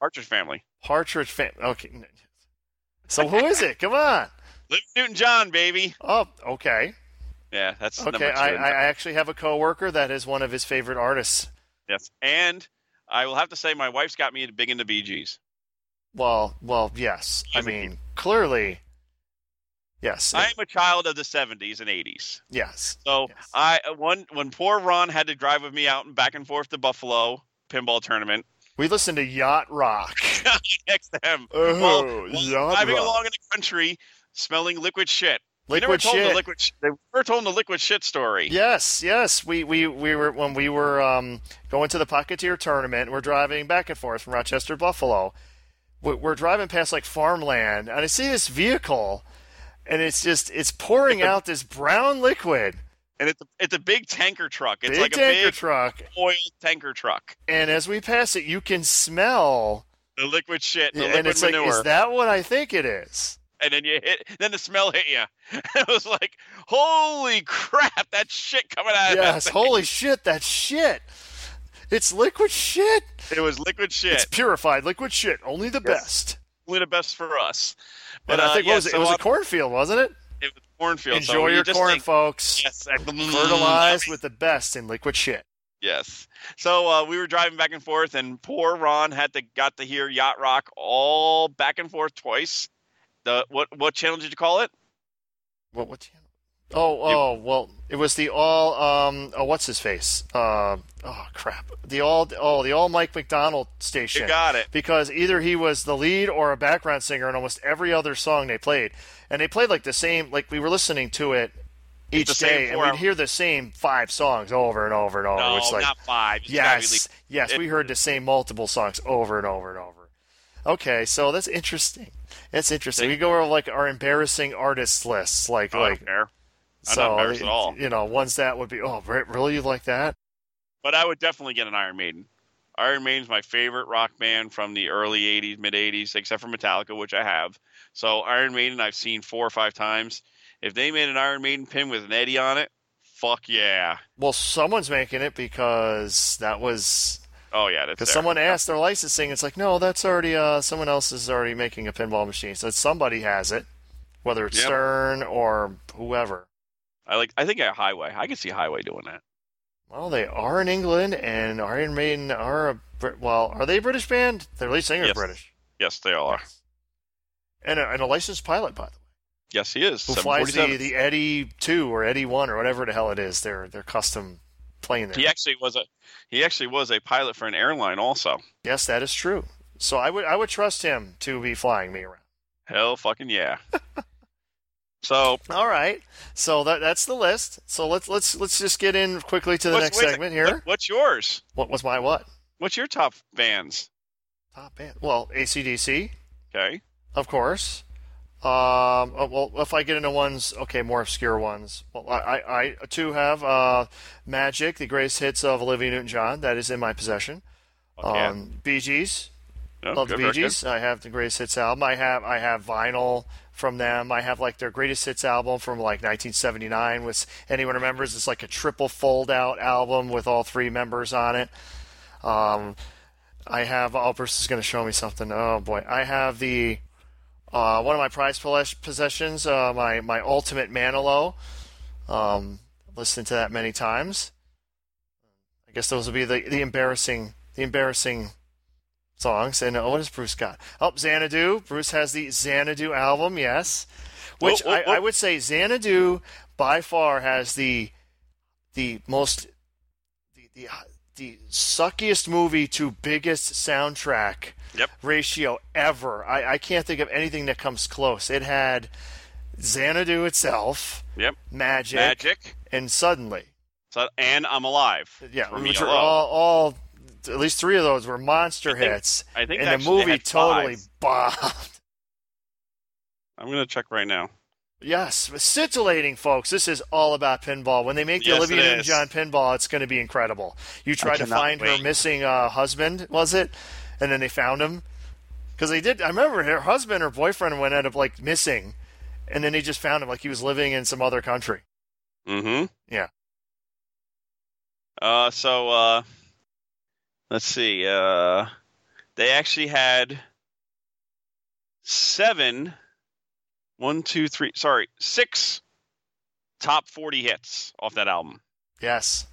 S5: Partridge Family.
S4: Partridge Family. Okay. So who is it? Come on. [LAUGHS]
S5: Liv Newton John, baby.
S4: Oh, okay.
S5: Yeah, that's number
S4: Okay.
S5: two.
S4: I, I I actually have a coworker that is one of his favorite artists.
S5: yes, and I will have to say, my wife's got me big into Bee Gees.
S4: Well, well, yes. I
S5: As a
S4: mean, clearly, yes,
S5: I am a child of the '70s and '80s.
S4: yes.
S5: So
S4: Yes.
S5: I one when poor Ron had to drive with me out and back and forth to Buffalo pinball tournament [LAUGHS]
S4: We listen to yacht rock.
S5: next to him,
S4: Oh,
S5: Well,
S4: yacht
S5: driving
S4: rock.
S5: along in the country, smelling liquid shit. We never
S4: Liquid
S5: told
S4: shit.
S5: the liquid. Sh- they never told the liquid shit story.
S4: Yes, yes. We, we, we were when we were um, going to the Pocketeer tournament. We're driving back and forth from Rochester, to Buffalo. We're, we're driving past like farmland, and I see this vehicle, and it's just it's pouring
S5: [LAUGHS]
S4: out this brown liquid.
S5: And it's a, it's a big tanker truck. It's
S4: big
S5: like a
S4: tanker
S5: big
S4: truck,
S5: oil tanker truck.
S4: and as we pass it, you can smell.
S5: The liquid shit, the
S4: and
S5: liquid
S4: it's
S5: manure,
S4: like, is that what I think it
S5: [LAUGHS]
S4: is?
S5: and then you hit. Then the smell hit you. [LAUGHS] it was like, holy crap! That shit coming out.
S4: Yes,
S5: of that
S4: holy shit, that's shit. It's liquid shit.
S5: thing. It was liquid shit.
S4: It's purified liquid shit. Only the best.
S5: only the best for us.
S4: But I
S5: uh,
S4: think
S5: yeah,
S4: what was it?
S5: so
S4: it was
S5: on-
S4: a cornfield, wasn't it?
S5: it was cornfield. so
S4: Enjoy
S5: you
S4: your
S5: just
S4: corn,
S5: think,
S4: folks.
S5: Yes, I-
S4: mm, Fertilized with the best in liquid shit.
S5: Yes. So uh, we were driving back and forth, and poor Ron had to got to hear yacht rock all back and forth twice. The what what channel did you call it?
S4: What? What? channel? Oh, oh, well, it was the all. Um, oh, what's his face? Uh, oh crap. The all. Oh, the all Mike McDonald station.
S5: You got it.
S4: because either he was the lead or a background singer in almost every other song they played. And they played like the same, like we were listening to it
S5: the
S4: each
S5: same
S4: day, and
S5: four
S4: we'd
S5: hour-
S4: hear the same five songs over and over and over.
S5: no,
S4: Oh, it's like,
S5: not five. It's gotta be
S4: yes,
S5: le-
S4: yes, we heard the same multiple songs over and over and over. Okay, so that's interesting. That's interesting. We go over like our embarrassing artists lists, like
S5: I
S4: like
S5: don't care. Oh, I'm
S4: so
S5: not embarrassed at all.
S4: you know ones that would be oh re- really you like that
S5: But I would definitely get an Iron Maiden. Iron Maiden's my favorite rock band from the early 80s, mid 80s, except for Metallica, which I have. So Iron Maiden, I've seen four or five times. If they made an Iron Maiden pin with an Eddie on it, fuck yeah.
S4: well someone's making it because that was
S5: Oh, yeah. That's
S4: Because
S5: there.
S4: someone asked their licensing, it's like, no, that's already uh, someone else is already making a pinball machine. So somebody has it, whether it's
S5: Yep.
S4: Stern or whoever.
S5: I like. I think a Highway. I could see Highway doing that.
S4: Well, they are in England, and Iron Maiden are a Brit- well, are they a British band? Their lead singer is
S5: Yes.
S4: British,
S5: Yes, they all are.
S4: and a, and a licensed pilot, by the way,
S5: Yes, he is.
S4: who flies the,
S5: 747.
S4: the Eddie two or Eddie one or whatever the hell it is. They're they're custom plane there.
S5: he actually was a he actually was a pilot for an airline also.
S4: Yes, that is true. So I would I would trust him to be flying me around.
S5: Hell
S4: [LAUGHS]
S5: fucking yeah. so
S4: All right. So that that's the list. So let's let's let's just get in quickly to the
S5: what's-
S4: next
S5: wait a
S4: segment
S5: sec-
S4: here.
S5: what- what's yours?
S4: What was my what?
S5: What's your top bands?
S4: Top band. Well, ACDC,
S5: Okay.
S4: of course. Um, oh, well, if I get into ones, okay, more obscure ones. Well, I, I, I too have uh, Magic, the greatest hits of Olivia Newton-John. That is in my possession.
S5: Fuck yeah.
S4: Um, Bee Gees,
S5: No,
S4: love the
S5: Oh, good,
S4: Bee
S5: very good.
S4: Gees. I have the greatest hits album. I have I have vinyl from them. I have like their greatest hits album from like 1979. Was anyone remembers? It's like a triple fold out album with all three members on it. Um, I have. Oh, Bruce is going to show me something. Oh boy, I have the uh, one of my prized possessions. Uh, my my ultimate Manilow. Um, listened to that many times. I guess those will be the, the embarrassing the embarrassing songs. And uh, what is Bruce got? Oh, Xanadu. Bruce has the Xanadu album, yes. Which
S5: Whoa, whoa, whoa.
S4: I, I would say Xanadu by far has the the most the the, the suckiest movie to biggest soundtrack
S5: Yep.
S4: ratio ever. I, I can't think of anything that comes close. It had Xanadu itself,
S5: Yep.
S4: Magic,
S5: Magic.
S4: and Suddenly.
S5: So, and I'm alive.
S4: Yeah,
S5: For me
S4: which were
S5: alone.
S4: all, all at least three of those were monster
S5: I think-
S4: hits.
S5: I think
S4: and the
S5: actually they
S4: movie
S5: had
S4: totally
S5: five.
S4: bombed. [LAUGHS]
S5: I'm gonna check right now.
S4: Yes, scintillating, folks. This is all about pinball. When they make the
S5: Yes,
S4: Olivia
S5: it
S4: Newton
S5: is.
S4: John pinball, it's going to be incredible. You try to
S5: cannot
S4: find her
S5: wait.
S4: missing uh, husband, was it? And then they found him. Because they did. I remember her husband or boyfriend went out of like missing. And then they just found him like he was living in some other country.
S5: Mm-hmm.
S4: Yeah.
S5: Uh, so uh, let's see. Uh, they actually had seven, one, two, three. Sorry, six top forty hits off that album.
S4: Yes.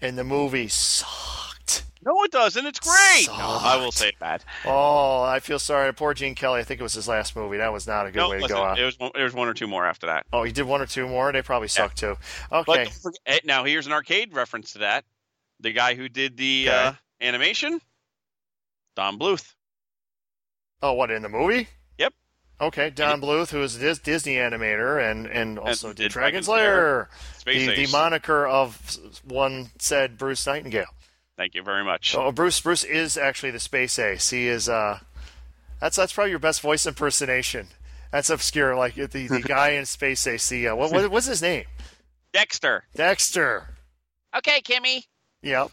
S4: And the movie sucked.
S5: No, it doesn't. It's great. No, I will
S4: Sucked.
S5: say that.
S4: Oh, I feel sorry. Poor Gene Kelly. I think it was his last movie. That was not a good
S5: No,
S4: way to
S5: listen,
S4: go out.
S5: it was one, there was one or two more after that.
S4: Oh, he did one or two more. They probably sucked too.
S5: But
S4: Okay.
S5: don't forget, eh, now here's an arcade reference to that. The guy who did the
S4: Okay.
S5: uh, animation, Don Bluth.
S4: Oh, what in the movie?
S5: Yep.
S4: Okay, Don Bluth, who is a Dis- Disney animator and and also did,
S5: did
S4: Dragon
S5: Dragon
S4: Slayer,
S5: Space
S4: the, the
S5: Ace.
S4: moniker of s- one said Bruce Nightingale.
S5: Thank you very much.
S4: Oh, Bruce Bruce is actually the Space Ace. He is uh, that's that's probably your best voice impersonation. That's obscure, like the, the
S5: [LAUGHS]
S4: guy in Space Ace. The uh, what, what what's his name?
S5: Dexter.
S4: Dexter.
S3: Okay, Kimmy.
S5: [LAUGHS]
S4: Yep.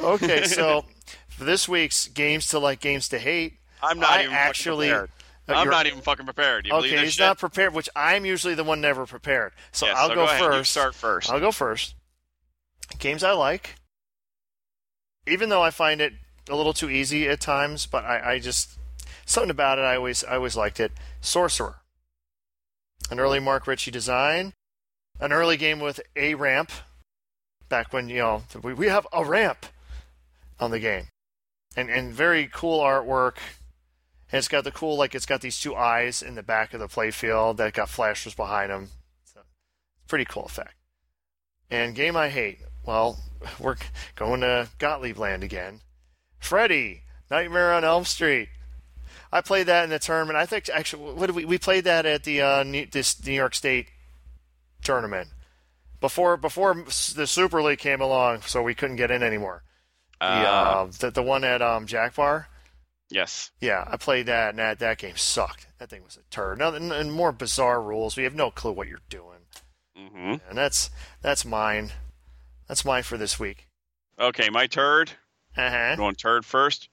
S4: okay, so for this week's games to like, games to hate.
S5: I'm not
S4: I
S5: even
S4: actually.
S5: Fucking prepared.
S4: Uh,
S5: I'm
S4: you're-
S5: not even fucking prepared. You believe
S4: Okay,
S5: this
S4: he's
S5: shit?
S4: not prepared, which I'm usually the one never prepared. So
S5: Yes,
S4: I'll
S5: so
S4: go,
S5: ahead. You
S4: first.
S5: start 1st
S4: I'll go first. Games I like, even though I find it a little too easy at times, but I, I just something about it. I always I always liked it. Sorcerer, an early Mark Ritchie design, an early game with a ramp, back when you know we, we have a ramp on the game, and and very cool artwork. And it's got the cool like it's got these two eyes in the back of the playfield that got flashers behind them. So, pretty cool effect. And game I hate. Well, [LAUGHS] we're going to Gottlieb Land again. Freddy, Nightmare on Elm Street. I played that in the tournament. I think actually, what did we we played that at the uh, New, this New York State tournament before before the Super League came along, so we couldn't get in anymore. The, uh,
S5: Ah.
S4: the, the one at um, Jack Bar.
S5: yes.
S4: Yeah, I played that, and that, that game sucked. That thing was a turd. Now, and, and more bizarre rules. We have no clue what you're doing,
S5: hmm
S4: and that's that's mine. That's mine for this week.
S5: Okay, my turd.
S4: Uh huh.
S5: Going turd first.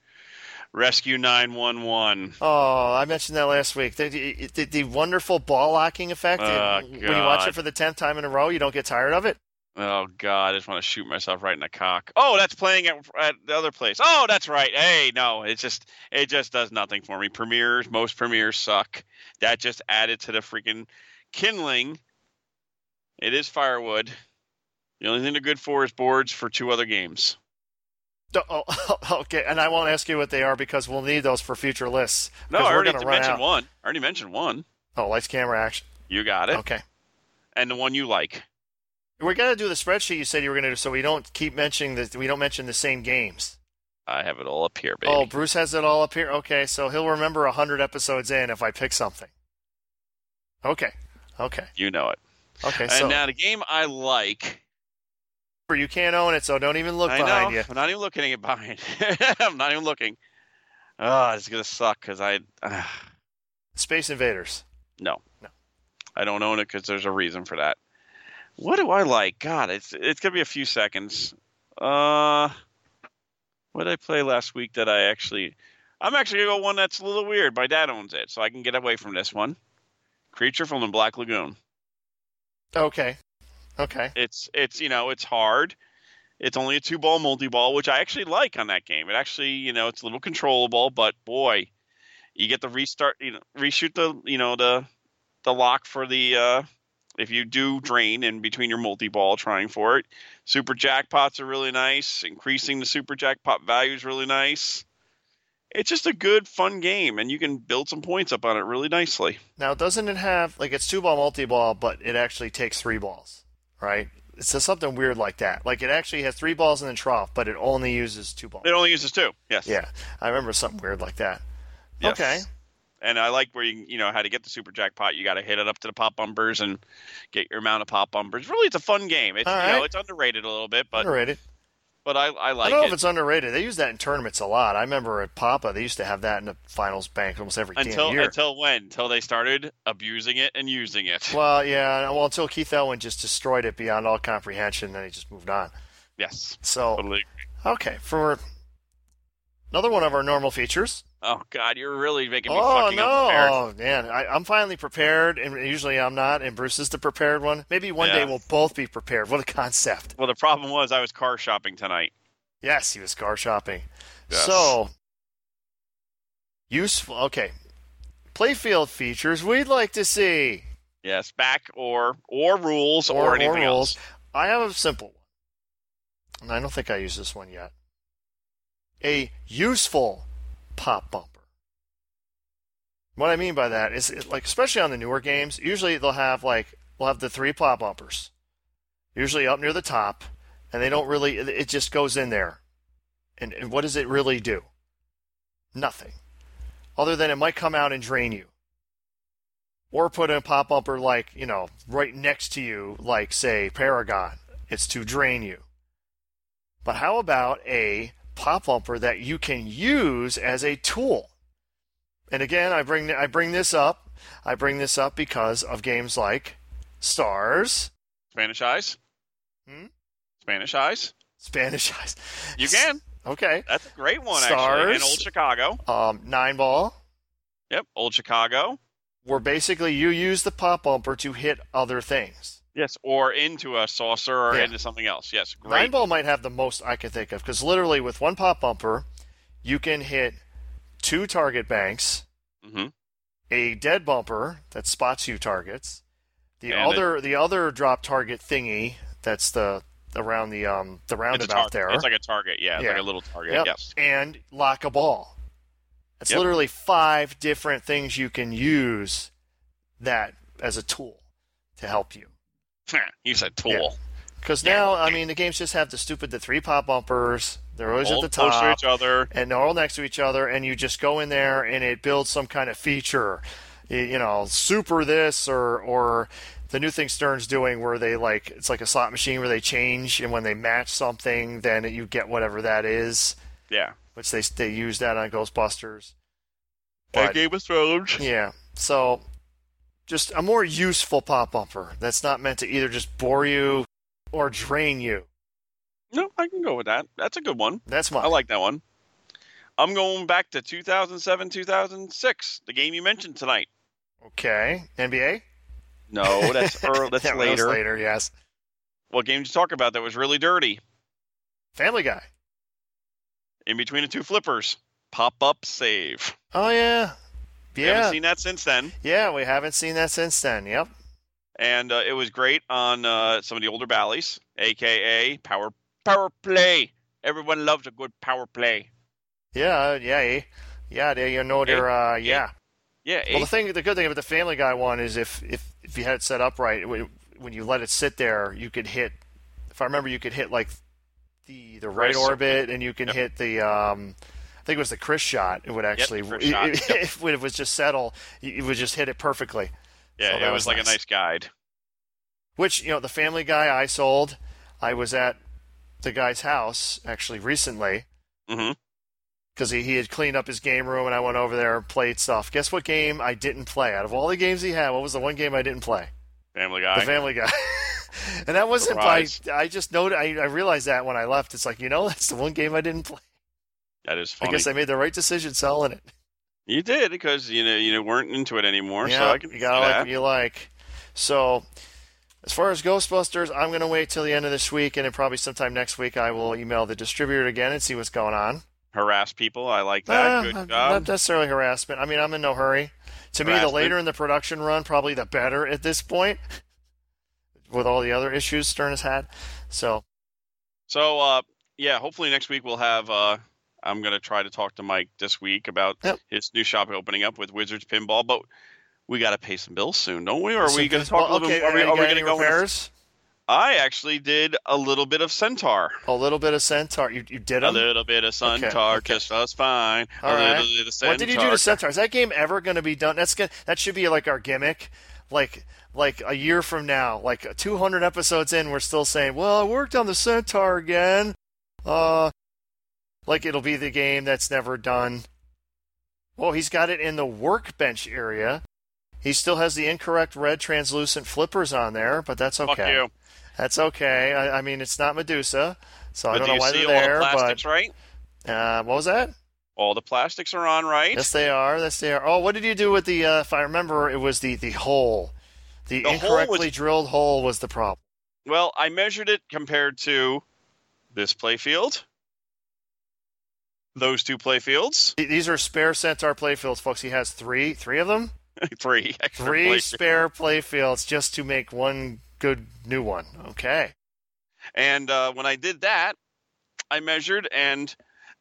S5: Rescue 911.
S4: Oh, I mentioned that last week. The, the, the- the wonderful ball locking effect.
S5: Oh,
S4: when you watch it
S5: God.
S4: for the tenth time in a row, you don't get tired of it.
S5: Oh God, I just want to shoot myself right in the cock. Oh, that's playing at, at the other place. Oh, that's right. Hey, no, it just it just does nothing for me. Premieres, most premieres suck. That just added to the freaking kindling. It is firewood. The only thing they're good for is boards for two other games.
S4: D- Oh, [LAUGHS] okay, and I won't ask you what they are because we'll need those for future lists.
S5: No,
S4: because
S5: I
S4: we're
S5: already
S4: gonna run
S5: mentioned
S4: out.
S5: one. I already mentioned one.
S4: Oh, lights, camera, action.
S5: You got it.
S4: Okay.
S5: And the one you like.
S4: We're gonna do the spreadsheet you said you were gonna do, so we don't keep mentioning that we don't mention the same games.
S5: I have it all up here, baby.
S4: Oh, Bruce has it all up here. Okay, so he'll remember hundred episodes in if I pick something. Okay, okay,
S5: you know it.
S4: okay.
S5: And
S4: So
S5: now the game I like
S4: you can't own it, so don't even look
S5: I
S4: behind
S5: know.
S4: you.
S5: I'm not even looking at behind. [LAUGHS] I'm not even looking. Ah, it's gonna suck because I, [SIGHS] ah,
S4: Space Invaders.
S5: no,
S4: No.
S5: I don't own it because there's a reason for that. What do I like? God, it's it's gonna be a few seconds. Uh, what did I play last week that I actually? I'm actually gonna go one that's a little weird. My dad owns it, so I can get away from this one. Creature from the Black Lagoon.
S4: Okay, okay.
S5: It's it's you know it's hard. It's only a two ball multi ball, which I actually like on that game. It actually you know it's a little controllable, but boy, you get to restart you know reshoot the you know the the lock for the uh, if you do drain in between your multi ball trying for it. Super jackpots are really nice. Increasing the super jackpot value is really nice. It's just a good, fun game, and you can build some points up on it really nicely.
S4: Now, doesn't it have like it's two ball multi ball, but it actually takes three balls, right? It's just something weird like that. Like it actually has three balls in the trough, but it only uses two balls.
S5: It only uses two. Yes.
S4: Yeah, I remember something weird like that.
S5: Yes.
S4: Okay,
S5: And I like where you you know how to get the super jackpot. You got to hit it up to the pop bumpers and get your amount of pop bumpers. Really, it's a fun game. It's
S4: All
S5: you know
S4: right.
S5: it's underrated a little bit, but
S4: underrated.
S5: but I I
S4: I
S5: like
S4: don't know
S5: it.
S4: if it's underrated. They use that in tournaments a lot. I remember at Papa, they used to have that in the finals bank almost every
S5: until
S4: damn year.
S5: until when? Until they started abusing it and using it.
S4: well, yeah, well, until Keith Elwin just destroyed it beyond all comprehension, then he just moved on.
S5: yes.
S4: So,
S5: Totally.
S4: okay, for another one of our normal features.
S5: Oh God, you're really making me
S4: Oh
S5: fucking
S4: no!
S5: unprepared.
S4: Oh man, I, I'm finally prepared, and usually I'm not. And Bruce is the prepared one. Maybe one
S5: Yeah.
S4: day we'll both be prepared. What a concept!
S5: Well, the problem was I was car shopping tonight.
S4: Yes, he was car shopping.
S5: Yes.
S4: So useful. Okay, playfield features we'd like to see
S5: Yes, back or or rules or, anything
S4: rules.
S5: else.
S4: I have a simple one, and I don't think I use this one yet. A useful pop bumper. What I mean by that is, it, like, especially on the newer games, usually they'll have like we'll have the three pop bumpers, usually up near the top, and they don't really. It, it just goes in there, and, and what does it really do? Nothing, other than it might come out and drain you or put in a pop bumper like you know right next to you like say paragon it's to drain you but how about a pop bumper that you can use as a tool and again i bring i bring this up i bring this up because of games like stars
S5: Spanish eyes.
S4: Hmm?
S5: Spanish eyes.
S4: spanish eyes
S5: You can.
S4: okay
S5: That's a great one actually.
S4: Stars.
S5: And old Chicago.
S4: um nine ball
S5: Yep, old Chicago.
S4: where basically you use the pop bumper to hit other things
S5: Yes, or into a saucer or
S4: Yeah.
S5: into something else. Yes,
S4: Nine
S5: great.
S4: ball might have the most I can think of because literally with one pop bumper, you can hit two target banks,
S5: hmm
S4: a dead bumper that spots you targets, the
S5: And
S4: other the other drop target thingy that's the around the um the
S5: It's, a
S4: roundabout
S5: target.
S4: there,
S5: it's like a target. Yeah, it's
S4: Yeah.
S5: like a little target.
S4: Yep.
S5: Yes. [LAUGHS]
S4: and lock a ball. That's
S5: Yep.
S4: literally five different things you can use that as a tool to help you.
S5: Use a tool.
S4: Because
S5: Yeah.
S4: now, I mean, the games just have the stupid the three pop bumpers. They're always
S5: All
S4: at the
S5: close
S4: top.
S5: to each other.
S4: and they're all next to each other, and you just go in there and it builds some kind of feature, Y- you know, super this or or the new thing Stern's doing where they like it's like a slot machine where they change and when they match something, then you get whatever that is,
S5: Yeah.
S4: which they they use that on Ghostbusters.
S5: Like
S4: But-
S5: Game of Thrones.
S4: yeah, so just a more useful pop bumper that's not meant to either just bore you or drain you.
S5: No, I can go with that. That's a good one.
S4: That's mine.
S5: I like that one. I'm going back to 2007, 2006, the game you mentioned tonight.
S4: okay, NBA. [LAUGHS]
S5: No, that's early, that's
S4: That was
S5: later.
S4: Later, yes.
S5: What game did you talk about that was really dirty?
S4: Family Guy.
S5: In between the two flippers, pop up save.
S4: Oh yeah,
S5: We haven't
S4: yeah,
S5: seen that since then,
S4: yeah. We haven't seen that since then. Yep.
S5: and uh, it was great on uh, some of the older Bally's, aka power power play. Everyone loves a good power play.
S4: Yeah, yeah, eh. yeah. They, you know, they're uh, yeah.
S5: Yeah, eh.
S4: Well, the
S5: eight-
S4: thing, the good thing about the Family Guy one is if if if you had it set up right, w- when you let it sit there, you could hit. If I remember, you could hit like the the right
S5: Chris.
S4: orbit, and you can hit the um. I think it was the Chris shot. It would actually,
S5: Chris
S4: [LAUGHS]
S5: shot,
S4: if,
S5: yep.
S4: if it was just settle, you- it would just hit it perfectly.
S5: yeah,
S4: so Oh, that
S5: it
S4: was
S5: was like
S4: nice.
S5: a nice guide.
S4: Which, you know, the Family Guy I sold, I was at the guy's house actually recently
S5: hmm
S4: because he, he had cleaned up his game room and I went over there and played stuff. Guess what game I didn't play? Out of all the games he had, what was the one game I didn't play?
S5: Family
S4: The
S5: Guy.
S4: Family Guy. [LAUGHS] and that wasn't by,
S5: Surprise.
S4: I just know, I, I realized that when I left. It's like, you know, [LAUGHS] that's the one game I didn't play.
S5: that is funny.
S4: I guess I made the right decision selling it.
S5: You did because you know you weren't into it anymore.
S4: yeah,
S5: so I can
S4: you
S5: see
S4: gotta like
S5: that.
S4: what you like. So, as far as Ghostbusters, I'm gonna wait till the end of this week, and then probably sometime next week I will email the distributor again and see what's going on.
S5: harass people. I like that.
S4: Uh,
S5: Good
S4: not-
S5: job.
S4: Not necessarily harassment. I mean, I'm in no hurry. To me, the
S5: Harassment.
S4: later in the production run, probably the better at this point. [LAUGHS] with all the other issues Stern has had. So
S5: So uh, yeah, hopefully next week we'll have. Uh, I'm gonna try to talk to Mike this week about
S4: Yep.
S5: his new shop opening up with Wizards Pinball, but we gotta pay some bills soon, don't we? Or are we gonna talk
S4: Well,
S5: a little
S4: okay,
S5: bit? Are we,
S4: you
S5: are we
S4: got
S5: gonna
S4: any
S5: go? in-
S4: repairs?
S5: I actually did a little bit of Centaur.
S4: A little bit of centaur. You you did
S5: A
S4: 'em?
S5: little bit of Centaur,
S4: okay.
S5: just us fine.
S4: All
S5: a
S4: right.
S5: little bit of Centaur.
S4: What did you do to Centaur? Is that game ever going to be done? That's gonna, that should be like our gimmick. Like like a year from now, like 200 episodes in, we're still saying, "Well, I worked on the Centaur again." Uh, like it'll be the game that's never done. Well, he's got it in the workbench area. He still has the incorrect red translucent flippers on there, but that's okay.
S5: Fuck you.
S4: That's okay. I, I mean, it's not Medusa, so I
S5: But
S4: don't
S5: do
S4: know
S5: you
S4: why
S5: see
S4: they're
S5: all
S4: there.
S5: the plastics
S4: But
S5: right?
S4: uh, what was that?
S5: All the plastics are on right.
S4: Yes, they are. Yes, they are. Oh, what did you do with the? Uh, if I remember, it was the the hole. The,
S5: The hole
S4: incorrectly
S5: was-
S4: drilled hole was the problem.
S5: Well, I measured it compared to this playfield, those two playfields, [LAUGHS]
S4: Th- These are spare centaur playfields, folks. He has three, three of
S5: [LAUGHS]
S4: them,
S5: three extra
S4: three
S5: playfields.
S4: spare playfields just to make one good new one. Okay.
S5: And uh, when I did that, I measured, and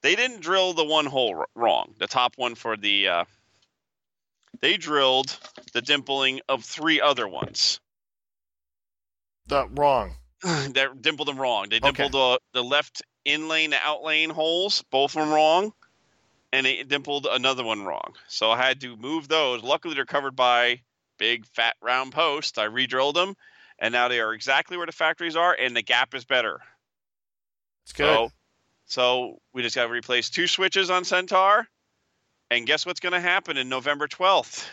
S5: they didn't drill the one hole r- wrong, the top one for the. Uh, they drilled the dimpling of three other ones. [CLEARS THROAT]
S4: Uh, wrong.
S5: they dimpled them wrong. They
S4: Okay.
S5: dimpled the, the left in lane, out lane holes, both of them wrong, and they dimpled another one wrong. So I had to move those. Luckily, they're covered by big fat round posts. I redrilled them, and now they are exactly where the factories are, and the gap is better.
S4: It's good.
S5: So, so we just got to replace two switches on Centaur, and guess what's going to happen in November twelfth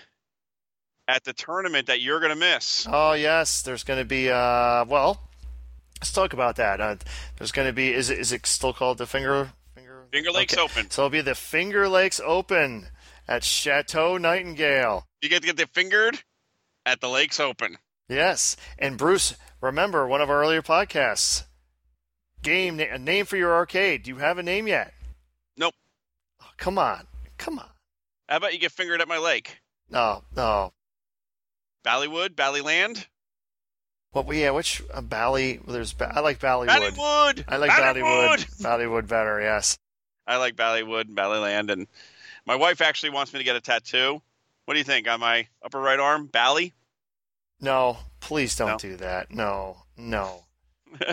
S5: at the tournament that you're going to miss.
S4: Oh yes, there's going to be. Uh, well, let's talk about that. Uh, there's going to be. Is it, is it still called the finger? Finger.
S5: Finger Lakes
S4: Okay.
S5: Open.
S4: So it'll be the Finger Lakes Open at Chateau Nightingale.
S5: You get to get the fingered at the Lakes Open.
S4: Yes, and Bruce, remember one of our earlier podcasts. Game na- a name for your arcade. Do you have a name yet?
S5: Nope.
S4: Oh, come on, come on.
S5: How about you get fingered at my lake?
S4: No, no.
S5: Ballywood, Ballyland,
S4: What? Well, yeah, which uh, Bally? well, There's ba- I like Ballywood.
S5: Ballywood.
S4: I like Ballywood.
S5: [LAUGHS]
S4: Ballywood better. Yes.
S5: I like Ballywood and Ballyland, and my wife actually wants me to get a tattoo. What do you think on my upper right arm, Bally?
S4: No, please don't
S5: No.
S4: do that. No,
S5: [LAUGHS]
S4: no.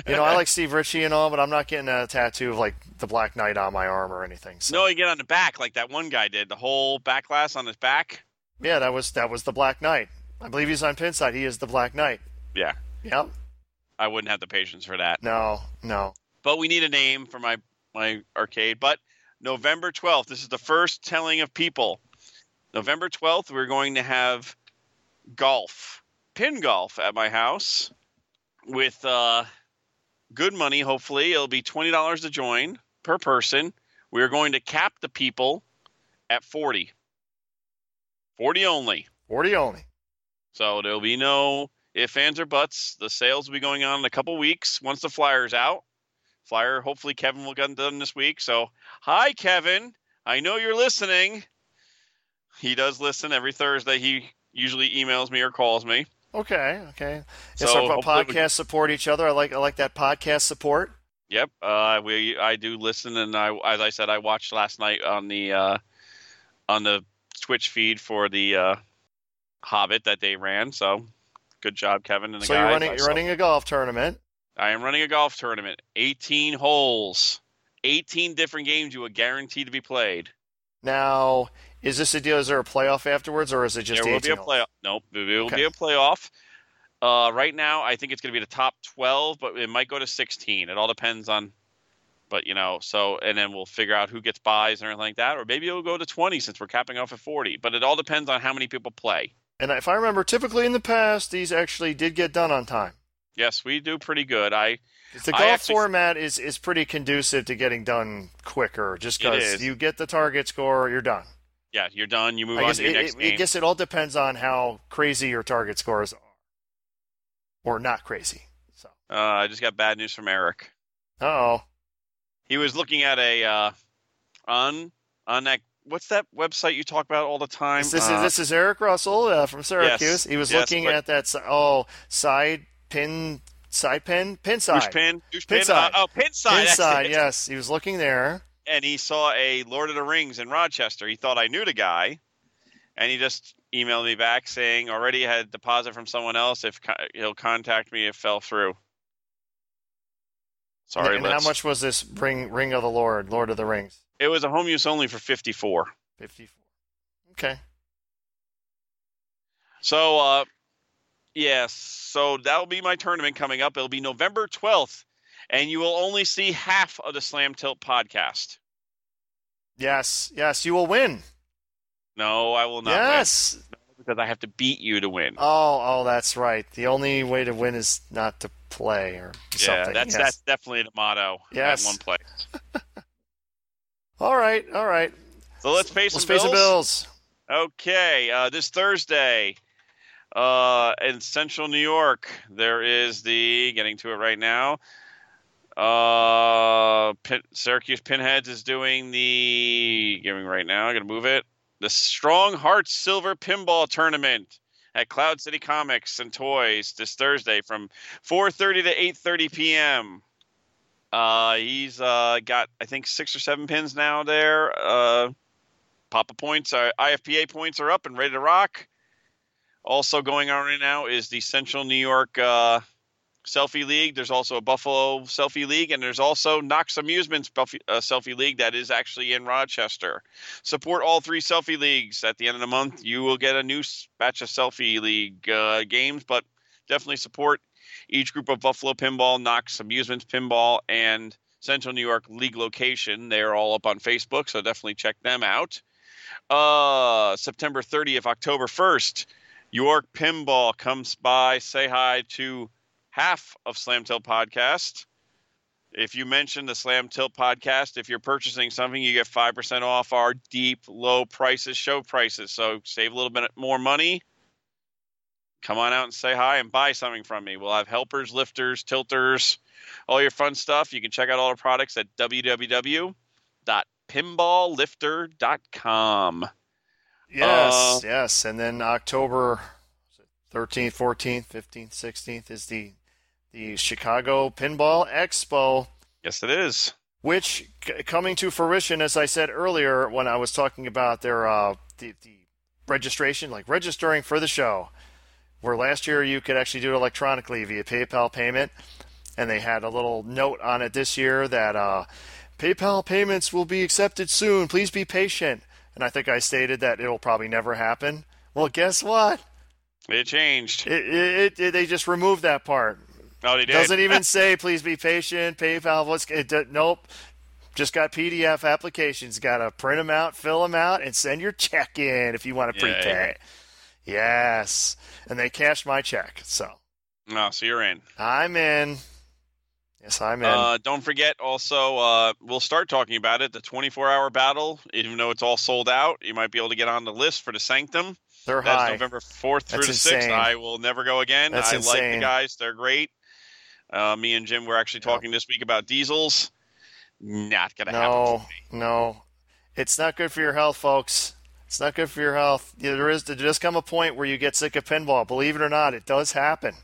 S4: You know, I like Steve Ritchie and all, but I'm not getting a tattoo of like the Black Knight on my arm or anything. So
S5: No, you get on the back like that one guy did. The whole back glass on his back.
S4: yeah, that was that was the Black Knight. I believe he's on Pinside. He is the Black Knight.
S5: Yeah,
S4: Yep.
S5: I wouldn't have the patience for that.
S4: No, no.
S5: But we need a name for my my arcade. But November twelfth, this is the first telling of people. November twelfth, we're going to have golf, pin golf at my house with uh, good money. Hopefully, it'll be twenty dollars to join per person. We are going to cap the people at forty. Forty only.
S4: 40 only.
S5: So there'll be no ifs, ands, or buts. The sales will be going on in a couple weeks once the flyer's out. Flyer, hopefully Kevin will get done this week. So hi Kevin. I know you're listening. He does listen every Thursday. He usually emails me or calls me.
S4: Okay, okay.
S5: So
S4: yes, our
S5: hopefully
S4: podcasts support each other. I like I like that podcast support.
S5: Yep. Uh, we I do listen and I as I said I watched last night on the uh, on the Twitch feed for the uh, Hobbit that they ran. So good job, Kevin and the
S4: So
S5: guys.
S4: you're
S5: I
S4: running you're
S5: saw-
S4: running a golf tournament.
S5: I am running a golf tournament. 18 holes. 18 different games you are guaranteed to be played.
S4: Now, is this a deal? Is there a playoff afterwards, or is it just
S5: there will
S4: 18
S5: be a
S4: holes?
S5: playoff. Nope, there will
S4: Okay.
S5: be a playoff. Uh, right now, I think it's going to be the top 12, but it might go to 16. It all depends on, but you know, so and then we'll figure out who gets buys and everything like that, or maybe it'll go to 20 since we're capping off at 40. But it all depends on how many people play.
S4: And if I remember, typically in the past, these actually did get done on time.
S5: Yes, we do pretty good. I
S4: The
S5: I
S4: golf
S5: actually-
S4: format is is pretty conducive to getting done quicker, just
S5: It
S4: because
S5: is.
S4: you get the target score, you're done.
S5: yeah, you're done. You move
S4: I
S5: on
S4: guess
S5: to your
S4: it,
S5: next
S4: it,
S5: game.
S4: I guess it all depends on how crazy your target scores are, or not crazy. So,
S5: uh, I just got bad news from Eric.
S4: oh,
S5: he was looking at a uh, on on that what's that website you talk about all the time?
S4: This, this
S5: Uh,
S4: is, this is Eric Russell uh, from Syracuse.
S5: Yes,
S4: he was
S5: yes,
S4: looking
S5: but-
S4: at that si- oh side pin side pin pin side
S5: Douche pin, douche pin,
S4: Pinside.
S5: Uh, oh, pin side.
S4: pin side. Yes, he was looking there.
S5: And he saw a Lord of the Rings in Rochester. He thought I knew the guy, and he just emailed me back saying already had deposit from someone else. If co- he'll contact me, if fell through. Sorry,
S4: and how
S5: Liz.
S4: much was this ring Ring of the Lord, Lord of the Rings?
S5: It was a home use only for fifty four.
S4: Fifty four. Okay.
S5: So, uh, yes, so that'll be my tournament coming up. It'll be November 12th, and you will only see half of the Slam Tilt podcast.
S4: Yes, yes, you will win.
S5: No, I will not
S4: yes.
S5: win because I have to beat you to win.
S4: Oh, oh, that's right. The only way to win is not to play or
S5: yeah,
S4: something.
S5: that's
S4: Yes.
S5: that's definitely the motto
S4: Yes.
S5: at one play.
S4: All right, all right.
S5: So let's pay some
S4: Let's pay some bills.
S5: Okay, uh, this Thursday uh, in Central New York, there is the getting to it right now. Uh, Pin- Syracuse Pinheads is doing the giving right now. I gotta move it. The Strong Hearts Silver Pinball Tournament at Cloud City Comics and Toys this Thursday from 4:30 to 8:30 p.m. Uh, he's uh, got I think six or seven pins now there. Uh, Papa points, uh, IFPA points are up and ready to rock. Also going on right now is the Central New York uh, Selfie League. There's also a Buffalo Selfie League, and there's also Knox Amusements Buff- uh, Selfie League that is actually in Rochester. Support all three Selfie Leagues. At the end of the month, you will get a new s- batch of Selfie League uh, games, but definitely support each group of Buffalo Pinball, Knox Amusements Pinball, and Central New York League location. They're all up on Facebook, so definitely check them out uh, September 30th, October 1st, York Pinball comes by. Say hi to half of Slam Tilt Podcast. If you mention the Slam Tilt Podcast, if you're purchasing something, you get 5% off our deep, low prices, show prices. So save a little bit more money. Come on out and say hi and buy something from me. We'll have helpers, lifters, tilters, all your fun stuff. You can check out all our products at www pinballlifter.com.
S4: Yes,
S5: Uh,
S4: yes. And then October thirteenth, fourteenth, fifteenth, sixteenth is the the Chicago Pinball Expo.
S5: Yes, it is.
S4: which c- coming to fruition, as I said earlier when I was talking about their uh, the, the registration, like registering for the show, where last year you could actually do it electronically via PayPal payment, and they had a little note on it this year that uh, PayPal payments will be accepted soon. Please be patient. And I think I stated that it'll probably never happen. Well, guess what?
S5: It changed.
S4: It, it, it, they just removed that part.
S5: Oh, they did.
S4: Doesn't even say please be patient, PayPal. What's it? do- Nope. Just got PDF applications. Got to print them out, fill them out, and send your check in if you want to
S5: Yeah.
S4: prepay. Yes, and they cashed my check, so
S5: No, so you're in.
S4: I'm in. Yes, I'm in.
S5: Uh, don't forget also, uh, we'll start talking about it the 24 hour battle. Even though it's all sold out, you might be able to get on the list for the Sanctum.
S4: They're
S5: That's
S4: high.
S5: November 4th through
S4: That's
S5: the 6th.
S4: insane.
S5: I will never go again.
S4: That's
S5: I like
S4: insane.
S5: the guys, they're great. Uh, me and Jim were actually
S4: Yeah.
S5: talking this week about diesels. Not going to happen.
S4: No, no, it's not good for your health, folks. It's not good for your health. Yeah, There is there does come a point where you get sick of pinball. Believe it or not, it does happen.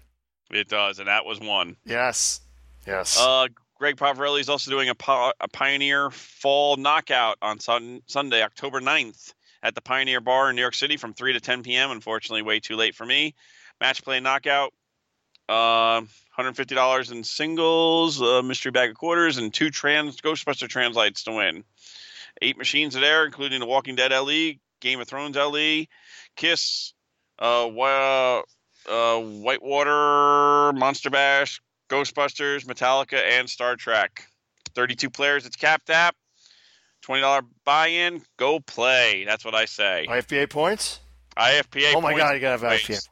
S5: It does, and that was one.
S4: Yes, yes.
S5: Uh, Greg Pavarelli is also doing a, po- a Pioneer Fall Knockout on sun- Sunday, October 9th, at the Pioneer Bar in New York City from 3 to 10 p.m. Unfortunately, way too late for me. Match play knockout, uh, $150 in singles, a mystery bag of quarters, and two trans Ghostbuster translights to win. Eight machines are there, including The Walking Dead LE, Game of Thrones E, LE, Kiss, uh, Wa- uh, Whitewater, Monster Bash, Ghostbusters, Metallica, and Star Trek. 32 players. It's capped app. $20 buy in. Go play. That's what I say.
S4: IFBA points.
S5: IFPA.
S4: Oh my
S5: points
S4: god, you gotta have
S5: always,
S4: IFBA points.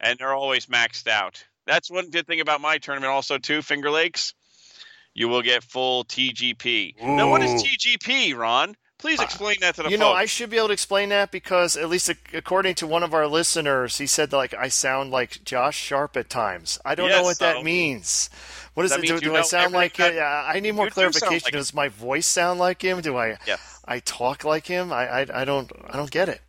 S5: And they're always maxed out. That's one good thing about my tournament, also, too, Finger Lakes. You will get full TGP. Now, what is
S4: Ooh.
S5: TGP, Ron? Please explain that to the
S4: Uh, You know, I
S5: folks.
S4: should be able to explain that because at least ac- according to one of our listeners, he said like I sound like Josh Sharp at times. I don't know
S5: Yes,
S4: what
S5: so-
S4: that means. What is
S5: That
S4: it?
S5: means
S4: Do,
S5: you
S4: do
S5: know
S4: I sound like?
S5: everything.
S4: Uh, I need more
S5: You do sound
S4: clarification.
S5: like him.
S4: Does my voice sound like him? Do I?
S5: Yes.
S4: I talk like him. I, I I don't I don't get it.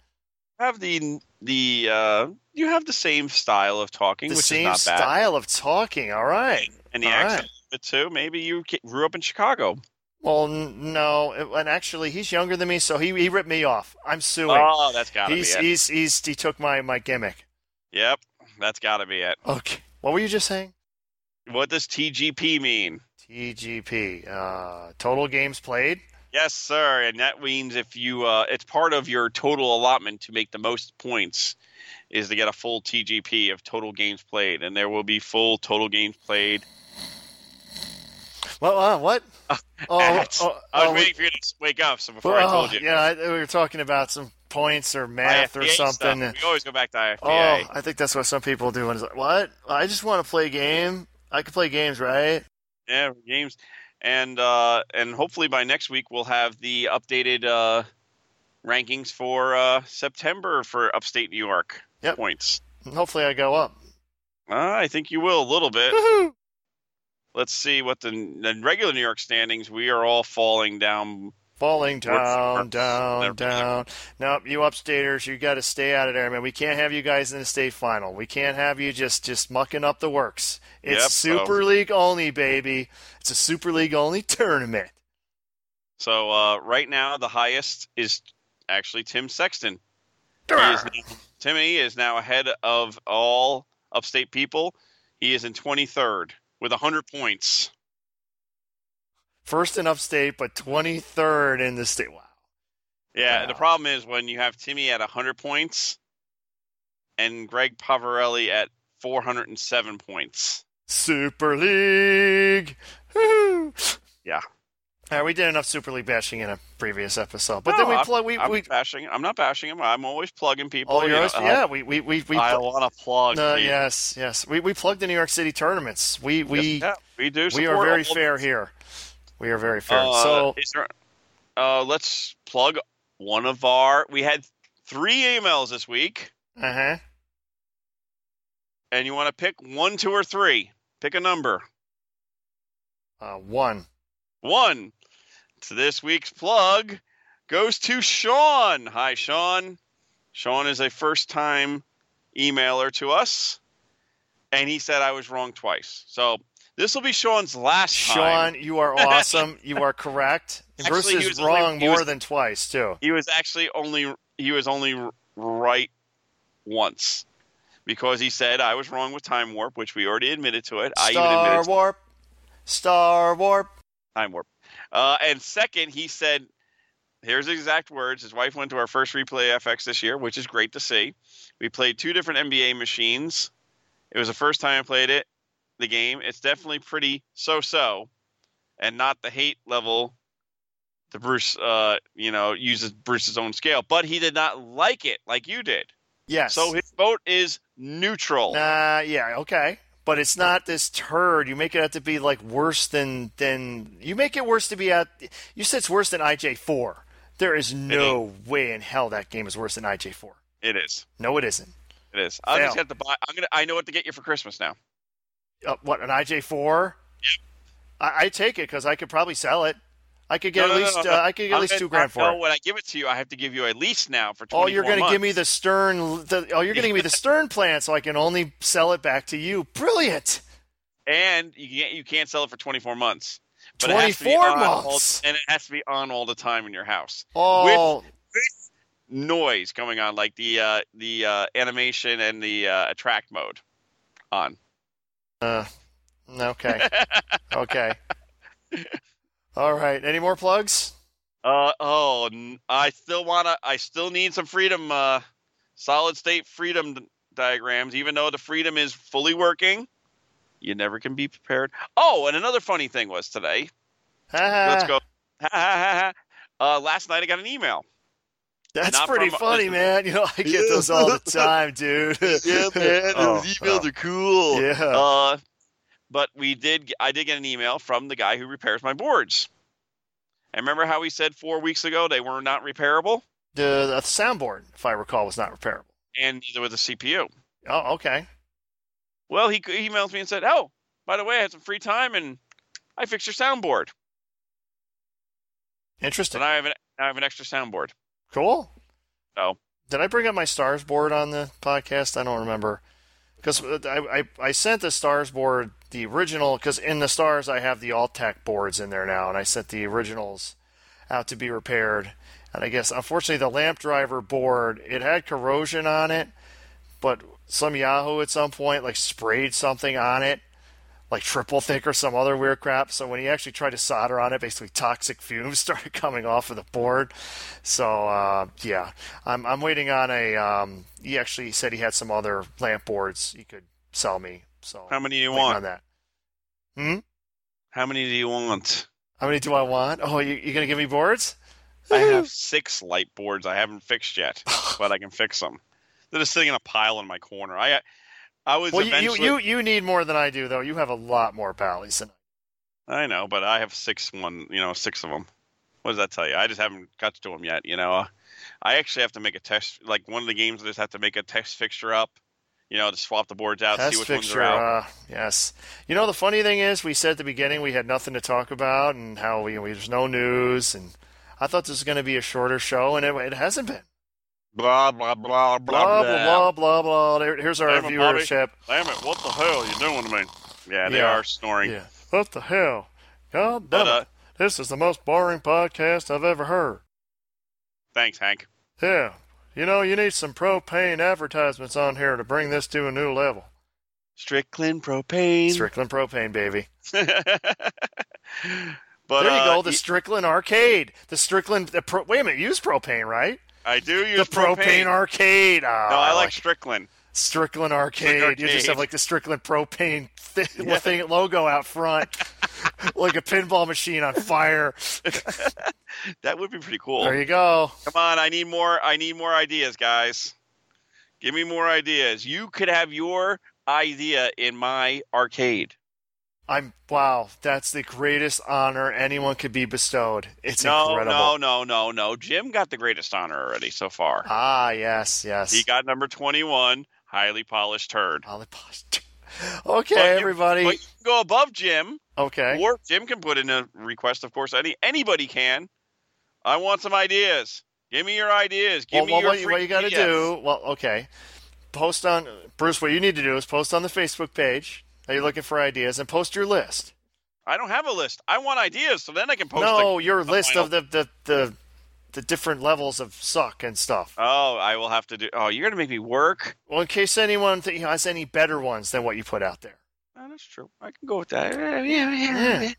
S5: have the the uh, you have the same style of talking,
S4: The
S5: which
S4: same
S5: is not bad,
S4: style of talking. All right.
S5: and the
S4: all right.
S5: accent of it too. Maybe you ca- grew up in Chicago.
S4: Well, n- no, and actually, he's younger than me, so he he ripped me off. I'm suing.
S5: Oh, that's gotta
S4: he's,
S5: be it.
S4: he's he's he took my my gimmick.
S5: Yep, that's gotta be it.
S4: Okay. What were you just saying?
S5: What does TGP mean?
S4: TGP. Uh, total games played.
S5: Yes, sir. And that means if you, uh, it's part of your total allotment to make the most points, is to get a full TGP of total games played, and there will be full total games played.
S4: Well, uh,
S5: [LAUGHS]
S4: what? Oh,
S5: at-
S4: oh,
S5: I was
S4: oh,
S5: waiting for you to wake up. So before I
S4: well,
S5: told you, Oh,
S4: Yeah, I, we were talking about some points or math or
S5: IFBA stuff.
S4: something.
S5: We always go back to IFBA.
S4: Oh, I think that's what some people do. And it's like, what? I just want to play a game. I can play games, right?
S5: Yeah, games, and uh, and hopefully by next week we'll have the updated uh, rankings for uh, September for upstate New York
S4: Yep.
S5: points.
S4: And hopefully, I go up.
S5: Uh, I think you will a little bit.
S4: [LAUGHS] Woohoo!
S5: Let's see what the, the regular New York standings. We are all falling down.
S4: Falling
S5: Works-
S4: down,
S5: works.
S4: down,
S5: Never-
S4: down. Nope, you upstaters, you got to stay out of there, man. We can't have you guys in the state final. We can't have you just just mucking up the works. It's
S5: Yep,
S4: Super League only, baby. It's a Super League only tournament.
S5: So uh, right now the highest is actually Tim Sexton. He is now- Timmy is now ahead of all upstate people. He is in 23rd with 100 points.
S4: First in upstate, but 23rd in the state. Wow.
S5: Yeah,
S4: Wow.
S5: the problem is when you have Timmy at 100 points and Greg Pavarelli at 407 points.
S4: Super League. Woo-hoo.
S5: Yeah.
S4: All right, we did enough Super League bashing in a previous episode, but
S5: No,
S4: then we
S5: I'm-
S4: plug. We,
S5: I'm
S4: we
S5: bashing. I'm not bashing him. I'm always plugging people.
S4: oh,
S5: you
S4: you're always-
S5: know,
S4: yeah. we we we we.
S5: I, I
S4: pl-
S5: want to plug.
S4: no,
S5: people.
S4: yes, yes. We we plugged the New York City tournaments. We we
S5: Yeah, we do.
S4: we
S5: support
S4: are very
S5: all-
S4: fair here. We are very fair.
S5: Uh,
S4: so
S5: is there- uh, let's plug one of our. We had three emails this week,
S4: uh huh.
S5: and you want to pick one, two, or three. Pick a number.
S4: Uh, one.
S5: One. So this week's plug goes to Sean. Hi, Sean. Sean is a first time emailer to us, and he said I was wrong twice. So this will be Sean's last time.
S4: Sean, you
S5: [LAUGHS]
S4: are awesome. you are correct. And Bruce
S5: Actually, he
S4: is
S5: was only-
S4: wrong
S5: he
S4: more
S5: was-
S4: than twice too.
S5: He was actually only he was only r- right once because he said I was wrong with time warp, which we already admitted to it. I even admitted
S4: Star
S5: to
S4: Warp. Star Warp.
S5: time warp. Uh, and second, he said, here's the exact words. His wife went to our first replay FX this year, which is great to see. We played two different NBA machines. It was the first time I played it, the game. It's definitely pretty so so and not the hate level the Bruce, uh, you know, uses Bruce's own scale, but he did not like it like you did.
S4: Yes.
S5: So his vote is neutral.
S4: Uh, yeah, okay. But it's not this turd. You make it out to be like worse than than you make it worse to be at. You said it's worse than IJ four. There is no way in hell that game is worse than IJ four.
S5: It is.
S4: No, it isn't.
S5: It is. I'm just
S4: Fail.
S5: gonna have to buy. I'm gonna. I know what to get you for Christmas now.
S4: Uh, what an IJ four? I, I take it because I could probably sell it. I could get
S5: No,
S4: at
S5: no, no,
S4: least
S5: no,
S4: uh,
S5: no.
S4: I could get at
S5: I'm
S4: least
S5: gonna-
S4: two grand for
S5: no,
S4: it.
S5: When I give it to you, I have to give you a lease now for. 24
S4: Oh, you're gonna
S5: months.
S4: give me the stern. The, oh, you're gonna give me the stern plan, so I can only sell it back to you. Brilliant.
S5: and you can't you can't sell it for 24 months. But it has to be
S4: 24
S5: on all-
S4: months?
S5: and it has to be on all the time in your house.
S4: Oh,
S5: Noise going on, like the uh, the uh, animation and the uh, attract mode on.
S4: Uh, okay. okay. All right. Any more plugs?
S5: Uh oh, n- I still wanna. I still need some freedom. Uh, solid state freedom d- diagrams. Even though the freedom is fully working, you never can be prepared. Oh, and another funny thing was today. [LAUGHS] Let's
S4: Ah.
S5: go. [LAUGHS] uh, last night I got an email.
S4: That's
S5: Not
S4: pretty
S5: from- [LAUGHS]
S4: funny, man. You know, I get those all the time, dude. [LAUGHS] Oh,
S5: are cool.
S4: Yeah.
S5: Uh, but we did. I did get an email from the guy who repairs my boards. And remember how we said four weeks ago they were not repairable,
S4: The, the soundboard, if I recall, was not repairable.
S5: and neither was the CPU.
S4: Oh, okay.
S5: Well, he he emails me and said, "Oh, by the way, I had some free time and I fixed your soundboard. So
S4: Interesting.
S5: now I have an now I have an extra soundboard."
S4: Cool.
S5: So
S4: Did I bring up my stars board on the podcast? I don't remember because I, I I sent the stars board the original because in the stars I have the alt tech boards in there now, and I sent the originals out to be repaired. And I guess unfortunately the lamp driver board it had corrosion on it, but some Yahoo at some point like sprayed something on it, like triple thick or some other weird crap. So when he actually tried to solder on it, basically toxic fumes [LAUGHS] started coming off of the board. So uh, yeah, I'm I'm waiting on a. Um, he actually said he had some other lamp boards he could sell me. So
S5: How many do you
S4: waiting
S5: want?
S4: on that? Hmm.
S5: How many do you want?
S4: How many do I want? Oh, you, you gonna give me boards?
S5: I have six light boards I haven't
S4: [SIGHS]
S5: fixed yet, but I can fix them. They're just sitting in a pile in my corner. I I was
S4: Well, you, you
S5: eventually.
S4: you you need more than I do though. You have a lot more pallies than.
S5: I know, but I have six one. You know, six of them. What does that tell you? I just haven't got to them yet. You know, I actually have to make a test. Like one of the games, I just have to make a test fixture up. You know, to swap the boards out, see
S4: Test
S5: which
S4: fixture,
S5: ones are out.
S4: uh, yes. You know, the funny thing is, we said at the beginning we had nothing to talk about and how we, we there's no news, and I thought this was going to be a shorter show, and it, it hasn't been.
S5: Blah blah blah
S4: Blah, blah, blah, blah, blah. There- Here's our
S5: Damn it, Bobby.
S4: viewership.
S5: Damn it! What the hell are you doing to me? Yeah, they
S4: Yeah.
S5: are snoring.
S4: Yeah. What the hell? God damn
S5: But, uh,
S4: it. This is the most boring podcast I've ever heard.
S5: Thanks, Hank.
S4: Yeah. You know, you need some propane advertisements on here to bring this to a new level.
S5: Strickland propane. [LAUGHS]
S4: Strickland Propane, baby.
S5: but
S4: there you
S5: uh,
S4: go, the Strickland Arcade. The Strickland. The pro- wait a minute, you use propane, right?
S5: I do use
S4: the propane, arcade. Ah,
S5: No, I like
S4: it.
S5: Strickland.
S4: Strickland arcade.
S5: Strickland
S4: You just have
S5: Arcade.
S4: like the Strickland propane
S5: [LAUGHS]
S4: thi- thing logo out front, like a pinball machine on fire.
S5: That would be pretty cool.
S4: There you go.
S5: Come on, I need more. I need more ideas, guys. Give me more ideas. You could have your idea in my arcade.
S4: I'm wow. That's the greatest honor anyone could be bestowed. It's
S5: no,
S4: incredible.
S5: no, no, no, no. Jim got the greatest honor already so far.
S4: Ah, yes, yes.
S5: He got number twenty-one, highly polished turd.
S4: I'll post- [LAUGHS] okay,
S5: But you-
S4: everybody.
S5: But you can go above Jim,
S4: okay.
S5: or Jim can put in a request. Of course, any anybody can. I want some ideas. Give me your ideas. Give
S4: well,
S5: me
S4: well,
S5: your
S4: what, you- what you got to
S5: freaking ideas.
S4: do? Well, okay. Post on Bruce. What you need to do is post on the Facebook page. Are you looking for ideas? And post your list.
S5: I don't have a list. I want ideas, so then I can post.
S4: no,
S5: the-
S4: your
S5: the
S4: list
S5: final-
S4: of the, the the the different levels of suck and stuff.
S5: Oh, I will have to do. Oh, you're gonna make me work.
S4: well, in case anyone th- has any better ones than what you put out there,
S5: Oh, that's true. I can go with that. Yeah, yeah, yeah.
S4: Yeah.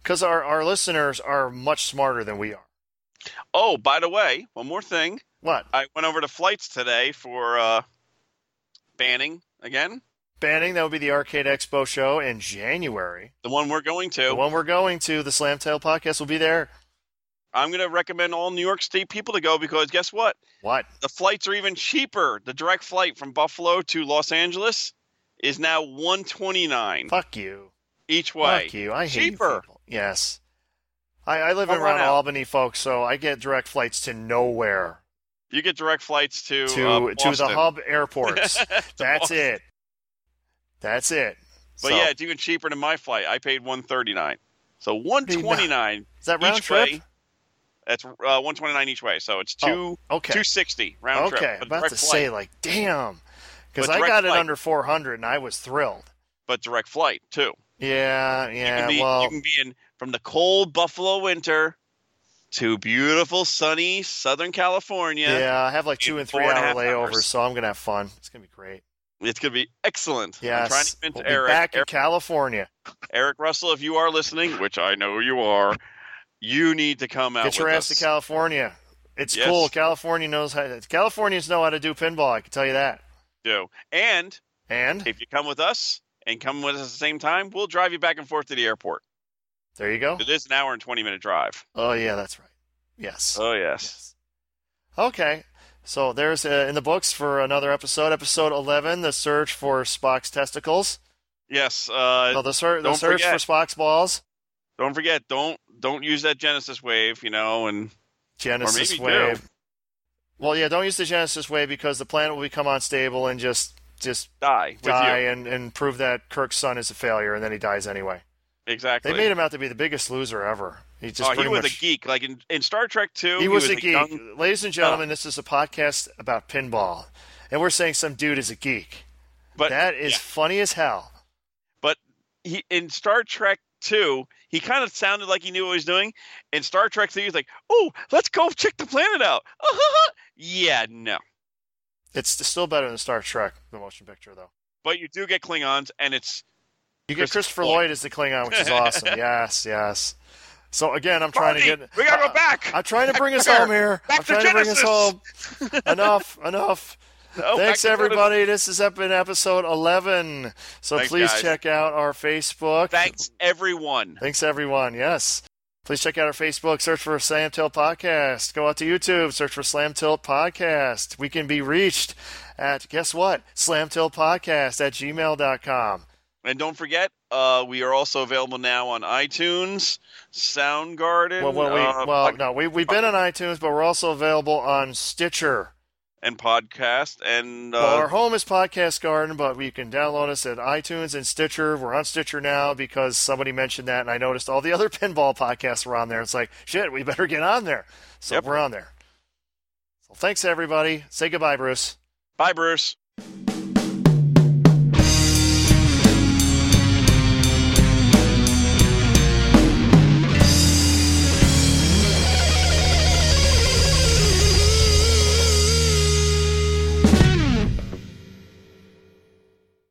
S4: because our our listeners are much smarter than we are.
S5: Oh, by the way, one more thing.
S4: What
S5: I went over to flights today for uh, banning again.
S4: banning? That would be the Arcade Expo show in January.
S5: The one we're going to.
S4: The one we're going to, the Slamtail podcast, will be there.
S5: I'm gonna recommend all New York State people to go because guess what?
S4: What?
S5: The flights are even cheaper. The direct flight from Buffalo to Los Angeles is now 129
S4: Fuck you.
S5: each way.
S4: Fuck you. I hate you
S5: cheaper.
S4: people. Yes. I, I live
S5: I'll
S4: in
S5: run
S4: around
S5: out.
S4: Albany, folks, so I get direct flights to nowhere.
S5: You get direct flights to
S4: to
S5: uh,
S4: to the
S5: Boston. [LAUGHS]
S4: hub airports. That's
S5: Boston.
S4: it. That's it.
S5: But
S4: So,
S5: yeah, it's even cheaper than my flight. I paid one thirty nine, so one twenty nine
S4: is that round
S5: each
S4: trip?
S5: way. That's uh, one twenty nine each way, so it's two
S4: Oh, okay.
S5: two sixty round
S4: okay,
S5: trip.
S4: I'm
S5: but
S4: about
S5: direct
S4: to
S5: flight,
S4: say like, damn, because
S5: But
S4: I
S5: direct
S4: got it
S5: flight.
S4: under 400 and I was thrilled.
S5: but direct flight too.
S4: Yeah,
S5: You
S4: yeah.
S5: can be,
S4: well,
S5: you can be in from the cold Buffalo winter to beautiful sunny Southern California.
S4: yeah. I have like
S5: you
S4: two
S5: can
S4: and
S5: uh, four
S4: three
S5: and a
S4: hour
S5: half
S4: layovers,
S5: hours.
S4: so I'm gonna have fun. It's gonna be great.
S5: It's gonna be excellent. I'm trying to
S4: Yes,
S5: convince
S4: we'll be
S5: Eric.
S4: back in
S5: Eric,
S4: California.
S5: Eric Russell, if you are listening, which I know you are, you need to come out.
S4: Get your
S5: with
S4: ass
S5: us.
S4: to California. It's
S5: Yes.
S4: cool. California knows how. Californians know how to do pinball. I can tell you that.
S5: Do and
S4: And
S5: if you come with us and come with us at the same time, we'll drive you back and forth to the airport.
S4: there you go.
S5: It is an hour and 20 minute drive.
S4: Oh yeah, that's right. Yes.
S5: Oh, yes.
S4: Okay. So there's uh, in the books for another episode, episode 11, the search for Spock's testicles.
S5: Yes.
S4: No,
S5: Uh,
S4: the, ser- the
S5: don't
S4: search
S5: forget.
S4: for Spock's balls.
S5: don't forget, don't don't use that Genesis wave, you know, and
S4: Genesis
S5: maybe
S4: wave. Well, yeah, don't use the Genesis wave because the planet will become unstable and just just
S5: die with
S4: die
S5: you.
S4: and, and prove that Kirk's son is a failure, and then he dies anyway.
S5: Exactly.
S4: They made him out to be the biggest loser ever. He just
S5: oh, he
S4: pretty
S5: was
S4: much-
S5: a geek. Like in, in Star Trek 2,
S4: He was a geek.
S5: young-
S4: Ladies and gentlemen, this is a podcast about pinball, and we're saying some dude is a geek.
S5: but
S4: that is
S5: yeah.
S4: funny as hell.
S5: but he in Star Trek Two, he kind of sounded like he knew what he was doing. In Star Trek Three, he was like, "Oh, let's go check the planet out." [LAUGHS] yeah, no.
S4: It's still better than Star Trek, the motion picture, though.
S5: But you do get Klingons, and it's
S4: You get
S5: Christopher
S4: Christopher
S5: Lloyd.
S4: Lloyd as the Klingon,
S5: [LAUGHS]
S4: which is awesome. yes, yes. So again, I'm trying to get.
S5: Marty,
S4: Uh,
S5: we gotta
S4: I-
S5: go back.
S4: I'm trying to
S5: [LAUGHS] Back
S4: bring us
S5: there.
S4: home here.
S5: Back
S4: I'm
S5: to
S4: trying to bring us
S5: Genesis.
S4: home. Enough, enough.
S5: [LAUGHS] Oh, back
S4: Thanks
S5: to Genesis.
S4: everybody. This is up in episode 11. So
S5: Thanks,
S4: please
S5: guys.
S4: check out our Facebook.
S5: Thanks everyone.
S4: Thanks, everyone. Yes. Please check out our Facebook. Search for Slam Tilt Podcast. Go out to YouTube. Search for Slam Tilt Podcast. We can be reached at, guess what? Slam Tilt Podcast at gmail.com.
S5: And don't forget, uh, we are also available now on iTunes, Soundgarden,
S4: Well, well, we,
S5: uh,
S4: well
S5: Pod-
S4: no, we, we've been on iTunes, but we're also available on Stitcher.
S5: and podcast, and
S4: Well, our
S5: uh,
S4: home is Podcast Garden, but you can download us at iTunes and Stitcher. We're on Stitcher now because somebody mentioned that, and I noticed all the other [LAUGHS] pinball podcasts were on there. It's like, shit, we better get on there. So
S5: Yep.
S4: we're on there. So thanks, everybody. Say goodbye, Bruce.
S5: bye, Bruce.